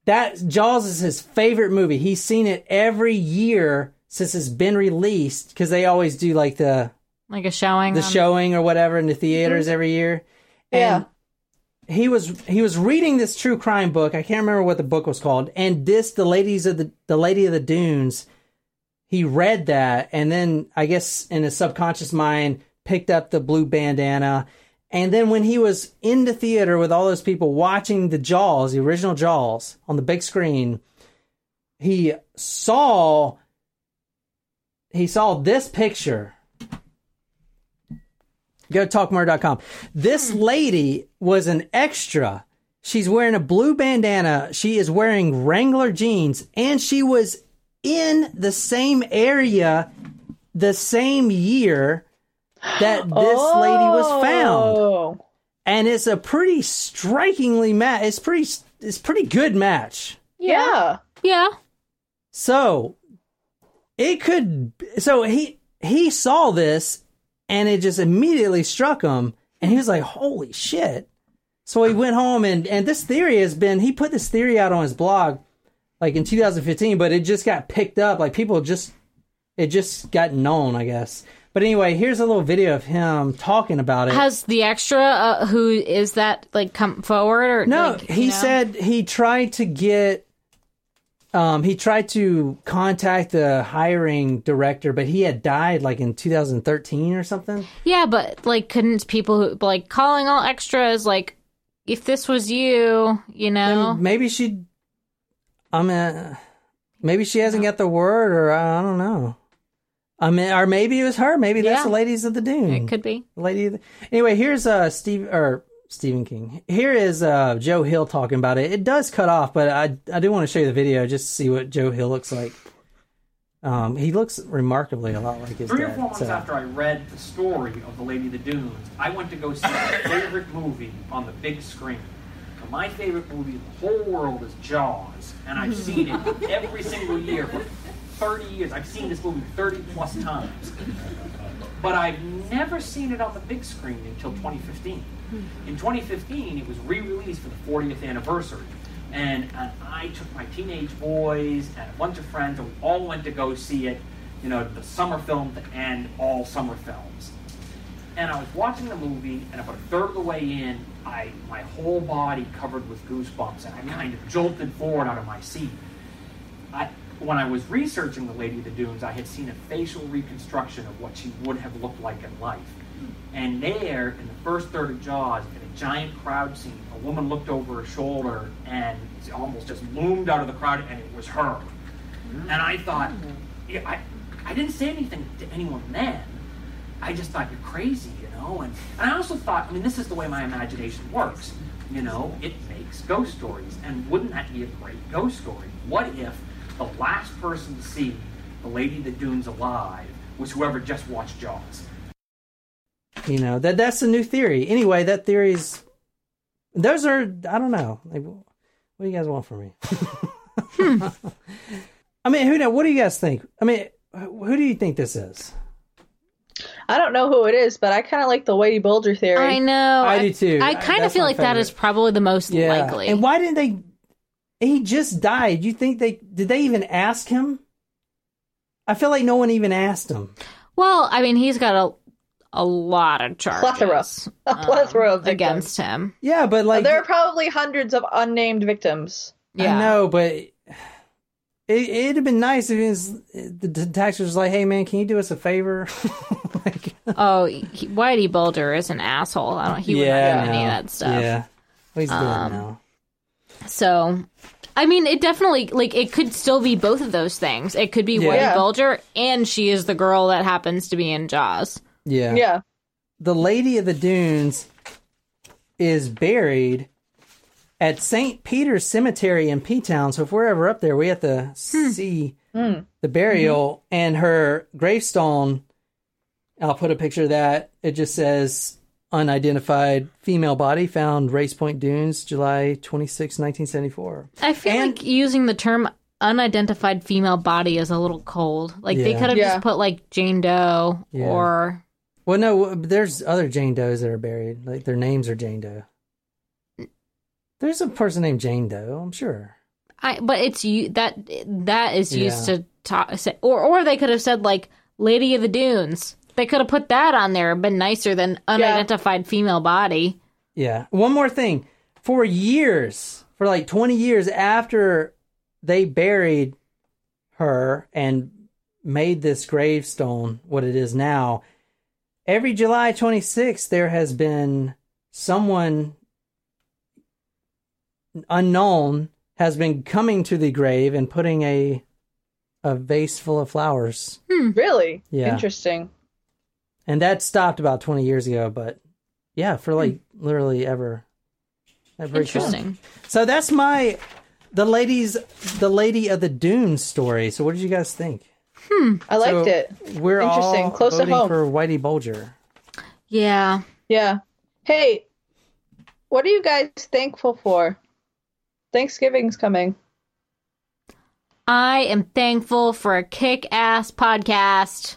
S6: That Jaws is his favorite movie. He's seen it every year since it's been released because they always do like the
S7: Like a showing.
S6: the
S7: on-
S6: showing or whatever in the theaters
S7: Mhm.
S6: every year.
S13: Oh.
S6: And he was he was reading this true crime book. I can't remember what the book was called. And this the ladies of the the lady of the dunes. He read that and then I guess in his subconscious mind picked up the blue bandana. And then when he was in the theater with all those people watching the Jaws, the original Jaws on the big screen, he saw he saw this picture go to talkmore.com. This lady was an extra. She's wearing a blue bandana. She is wearing Wrangler jeans and she was in the same area the same year that this lady
S10: Oh.
S6: was found.
S13: Oh.
S6: And it's a pretty strikingly match. It's pretty it's pretty good match.
S13: Yeah.
S7: Yeah.
S6: So it could. So he he saw this, and it just immediately struck him, and he was like, "Holy shit!" So he went home, and and this theory has been he put this theory out on his blog, like in 2015, but it just got picked up. Like people just it just got known, I guess. But anyway, here's a little video of him talking about it.
S7: Has the extra uh, who is that like come forward or
S6: No,
S7: like,
S6: he
S7: you know?
S6: said he tried to get. Um, he tried to contact the hiring director, but he had died like in 2013 or something.
S7: Yeah, but like, couldn't people who like calling all extras like, if this was you, you know?
S6: And maybe she, I mean, uh, maybe she hasn't got the word, or I, I don't know. I mean, or maybe it was her. Maybe that's
S7: Yeah.
S6: the ladies of the dune.
S7: It could be.
S6: Lady. of the- Anyway, here's uh Steve or Stephen King. Here is uh Joe Hill talking about it. It does cut off, but I I do want to show you the video just to see what Joe Hill looks like. Um, he looks remarkably a lot like his
S10: Three
S6: dad.
S10: or four months
S6: so-
S10: after I read the story of The Lady of the Dunes, I went to go see my favorite movie on the big screen. Now, my favorite movie in the whole world is Jaws, and I've seen it every single year for 30 years. I've seen this movie 30 plus times. But I've never seen it on the big screen until 2015. In 2015, it was re released for the 40th anniversary. And, and I took my teenage boys and a bunch of friends, and we all went to go see it, you know, the summer film to end all summer films. And I was watching the movie, and about a third of the way in, I my whole body covered with goosebumps, and I kind of jolted forward out of my seat. I, when I was researching The Lady of the Dunes, I had seen a facial reconstruction of what she would have looked like in life. And there, in the first third of Jaws, in a giant crowd scene, a woman looked over her shoulder and she almost just loomed out of the crowd, and it was her. And I thought, yeah, I, I didn't say anything to anyone then. I just thought you're crazy, you know? And, and I also thought, I mean, this is the way my imagination works. You know, it makes ghost stories. And wouldn't that be a great ghost story? What if the last person to see the Lady of the Dunes alive was whoever just watched Jaws?
S6: You know that that's the new theory. Anyway, that theory's those are I don't know. Like, what do you guys want from me? *laughs* I mean, who know? What do you guys think? I mean, who who do you think this is?
S13: I don't know who it is, but I kind of like the Whitey Bulger theory.
S7: I know.
S6: I do too.
S7: I
S6: I-
S7: kind of
S6: that's
S7: feel
S6: my
S7: like that is probably the most likely.
S6: And why didn't they? He just died. You think they did? They even ask him? I feel like no one even asked him.
S7: Well, I mean, he's got a a lot of charges um,
S13: Plethora. A plethora of
S7: against him.
S6: Yeah, but Oh, like
S13: there are probably hundreds of unnamed victims.
S6: I know, but it, it'd have been nice if it was, the detective was like, "Hey, man, can you do us a favor?" *laughs*
S7: Oh, he, Whitey Bulger is an asshole. I don't. He would not do any of
S6: no.
S7: that stuff.
S6: Yeah, he's doing
S7: Um,
S6: now.
S7: So, I mean, it definitely like it could still be both of those things. It could be
S6: Yeah.
S7: Whitey
S6: Yeah.
S7: Bulger, and she is the girl that happens to be in Jaws.
S6: Yeah.
S7: Yeah.
S6: The Lady of the Dunes is buried at St. Peter's Cemetery in P Town. So if we're ever up there, we have to see the burial and her gravestone. I'll put a picture of that. It just says unidentified female body found Race Point Dunes, July 26, 1974.
S7: I feel like using the term unidentified female body is a little cold. Like they
S6: Yeah.
S7: could have
S6: Yeah.
S7: just put like Jane Doe
S6: Yeah.
S7: or
S6: Well, no, but there's other Jane Does that are buried. Like their names are Jane Doe. There's a person named Jane Doe, I'm sure.
S7: I, but it's you that that is used
S6: Yeah.
S7: to talk say, or or they could have said like Lady of the Dunes. They could have put that on there, been nicer than unidentified female body.
S6: Yeah. One more thing. For years, for like 20 years after they buried her and made this gravestone what it is now, every July 26th, there has been someone unknown has been coming to the grave and putting a a vase full of flowers.
S10: Really?
S6: Hmm. Yeah.
S10: Interesting.
S6: And that stopped about 20 years ago, but yeah, for like literally ever. That breaks up.
S7: Interesting.
S6: So that's my the ladies the lady of the Dune story. So what did you guys think?
S7: Hmm.
S10: I liked
S6: So
S10: it.
S6: We're
S10: Interesting.
S6: all
S10: Close to
S6: voting
S10: home.
S6: for Whitey Bulger.
S7: Yeah.
S10: Yeah. Hey, what are you guys thankful for? Thanksgiving's coming.
S7: I am thankful for a kick ass podcast.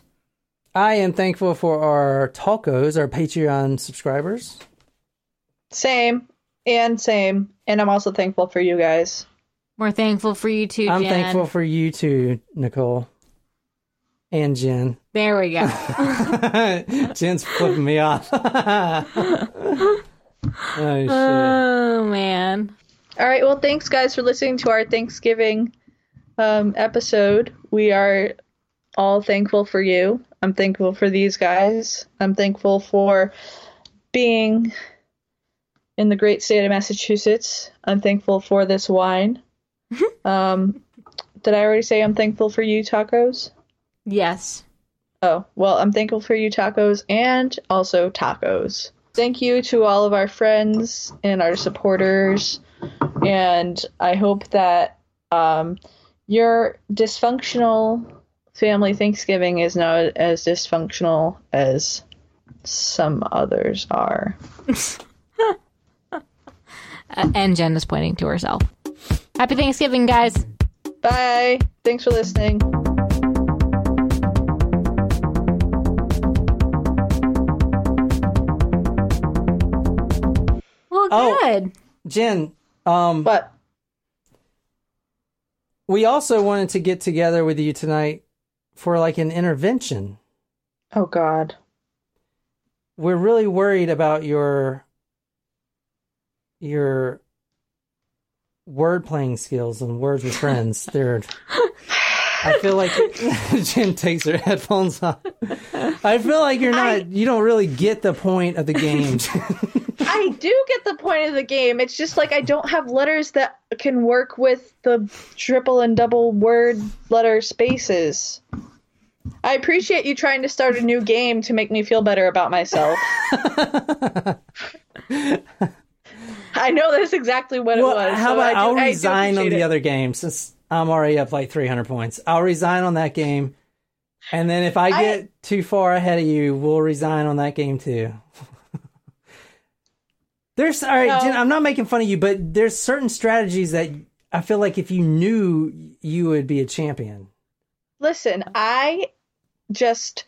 S6: I am thankful for our talkos, our Patreon subscribers.
S10: Same and same. And I'm also thankful for you guys.
S7: We're thankful for you too,
S6: I'm
S7: Jen.
S6: thankful for you too, Nicole. And Jen. *laughs*
S7: There we go.
S6: Jen's flipping me off. *laughs* oh shit.
S7: oh man.
S10: All right. Well, thanks guys for listening to our Thanksgiving um, episode. We are all thankful for you. I'm thankful for these guys. I'm thankful for being in the great state of Massachusetts. I'm thankful for this wine. um, did I already say I'm thankful for you tacos?
S7: Yes.
S10: Oh, well, I'm thankful for you tacos and also tacos. Thank you to all of our friends and our supporters. And I hope that um, your dysfunctional family Thanksgiving is not as dysfunctional as some others are.
S7: Uh, and Jen is pointing to herself. Happy Thanksgiving, guys.
S10: Bye. Thanks for listening.
S7: Well,
S10: Oh.
S7: good.
S6: Jen, um
S10: But
S6: we also wanted to get together with you tonight for like an intervention.
S10: Oh God.
S6: We're really worried about your your word playing skills and words with friends. They're I feel like *laughs* Jen takes her headphones off. I feel like you're not you don't really get the point of the game.
S10: I do get the point of the game. It's just like I don't have letters that can work with the triple and double word letter spaces. I appreciate you trying to start a new game to make me feel better about
S6: *laughs*
S10: myself. I know that's exactly what it was.
S6: How
S10: so
S6: about
S10: I do-
S6: I'll
S10: I do
S6: resign on
S10: appreciate
S6: the
S10: it.
S6: other game since I'm already up like 300 points. I'll resign on that game. And then if I
S10: I-
S6: get too far ahead of you, we'll resign on that game too. *laughs* there's all right,
S10: No.
S6: Jen, I'm not making fun of you, but there's certain strategies that I feel like if you knew, you would be a champion.
S10: Listen, I just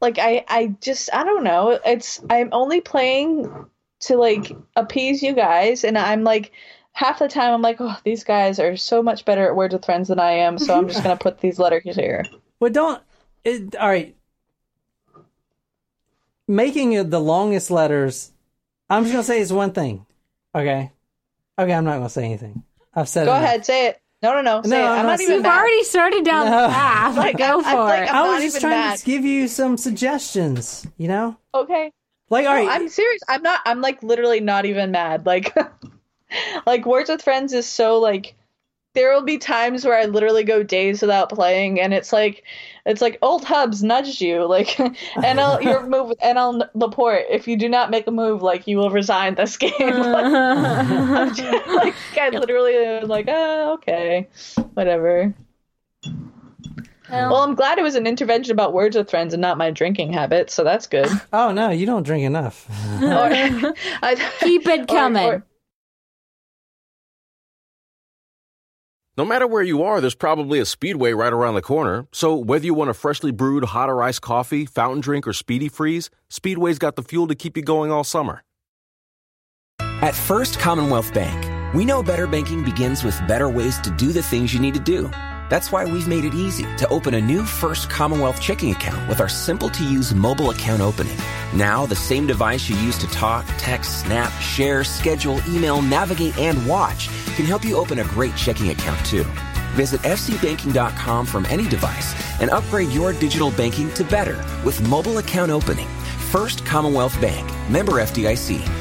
S10: like I I just I don't know. It's I'm only playing to like appease you guys and I'm like half the time I'm like, "Oh, these guys are so much better at words with friends than I am, so I'm just going to put these letters here."
S6: Well, don't. It, all right. Making it the longest letters, I'm just going to say is one thing. Okay. Okay, I'm not going to say anything. I've said
S10: Go
S6: enough.
S10: ahead, say it. No, no, no. Say it. I'm not even
S7: You've
S10: mad.
S7: already started down
S6: No.
S7: the
S10: *laughs*
S7: path.
S10: Like,
S7: *laughs* Go
S10: I'm-
S7: for
S10: I'm like,
S7: it.
S10: I'm
S6: I
S10: not
S6: was just
S10: even
S6: trying
S10: mad.
S6: to give you some suggestions, you know?
S10: Okay.
S6: Like, all
S10: No,
S6: right.
S10: I'm serious. I'm not. I'm like literally not even mad. *laughs* Like, like Words with Friends is so like. There will be times where I literally go days without playing, and it's like, it's like old hubs nudged you, like, *laughs* and
S6: *laughs*
S10: I'll your move, and I'll Laporte. If you do not make a move, like you will resign this *laughs* game.
S6: *laughs*
S10: like, I'm just, like, I literally am like, oh, okay, whatever. Well, I'm glad it was an intervention about words with friends and not my drinking habits, so that's good.
S6: Oh, no, you don't drink enough. *laughs*
S7: *laughs*
S10: Or- I-
S7: Keep it coming.
S11: No matter where you are, there's probably a Speedway right around the corner. So whether you want a freshly brewed hot or iced coffee, fountain drink, or speedy freeze, Speedway's got the fuel to keep you going all summer.
S5: At First Commonwealth Bank, we know better banking begins with better ways to do the things you need to do. That's why we've made it easy to open a new First Commonwealth checking account with our simple to use mobile account opening. Now, the same device you use to talk, text, snap, share, schedule, email, navigate, and watch can help you open a great checking account too. Visit fcbanking.com from any device and upgrade your digital banking to better with mobile account opening. First Commonwealth Bank, member FDIC.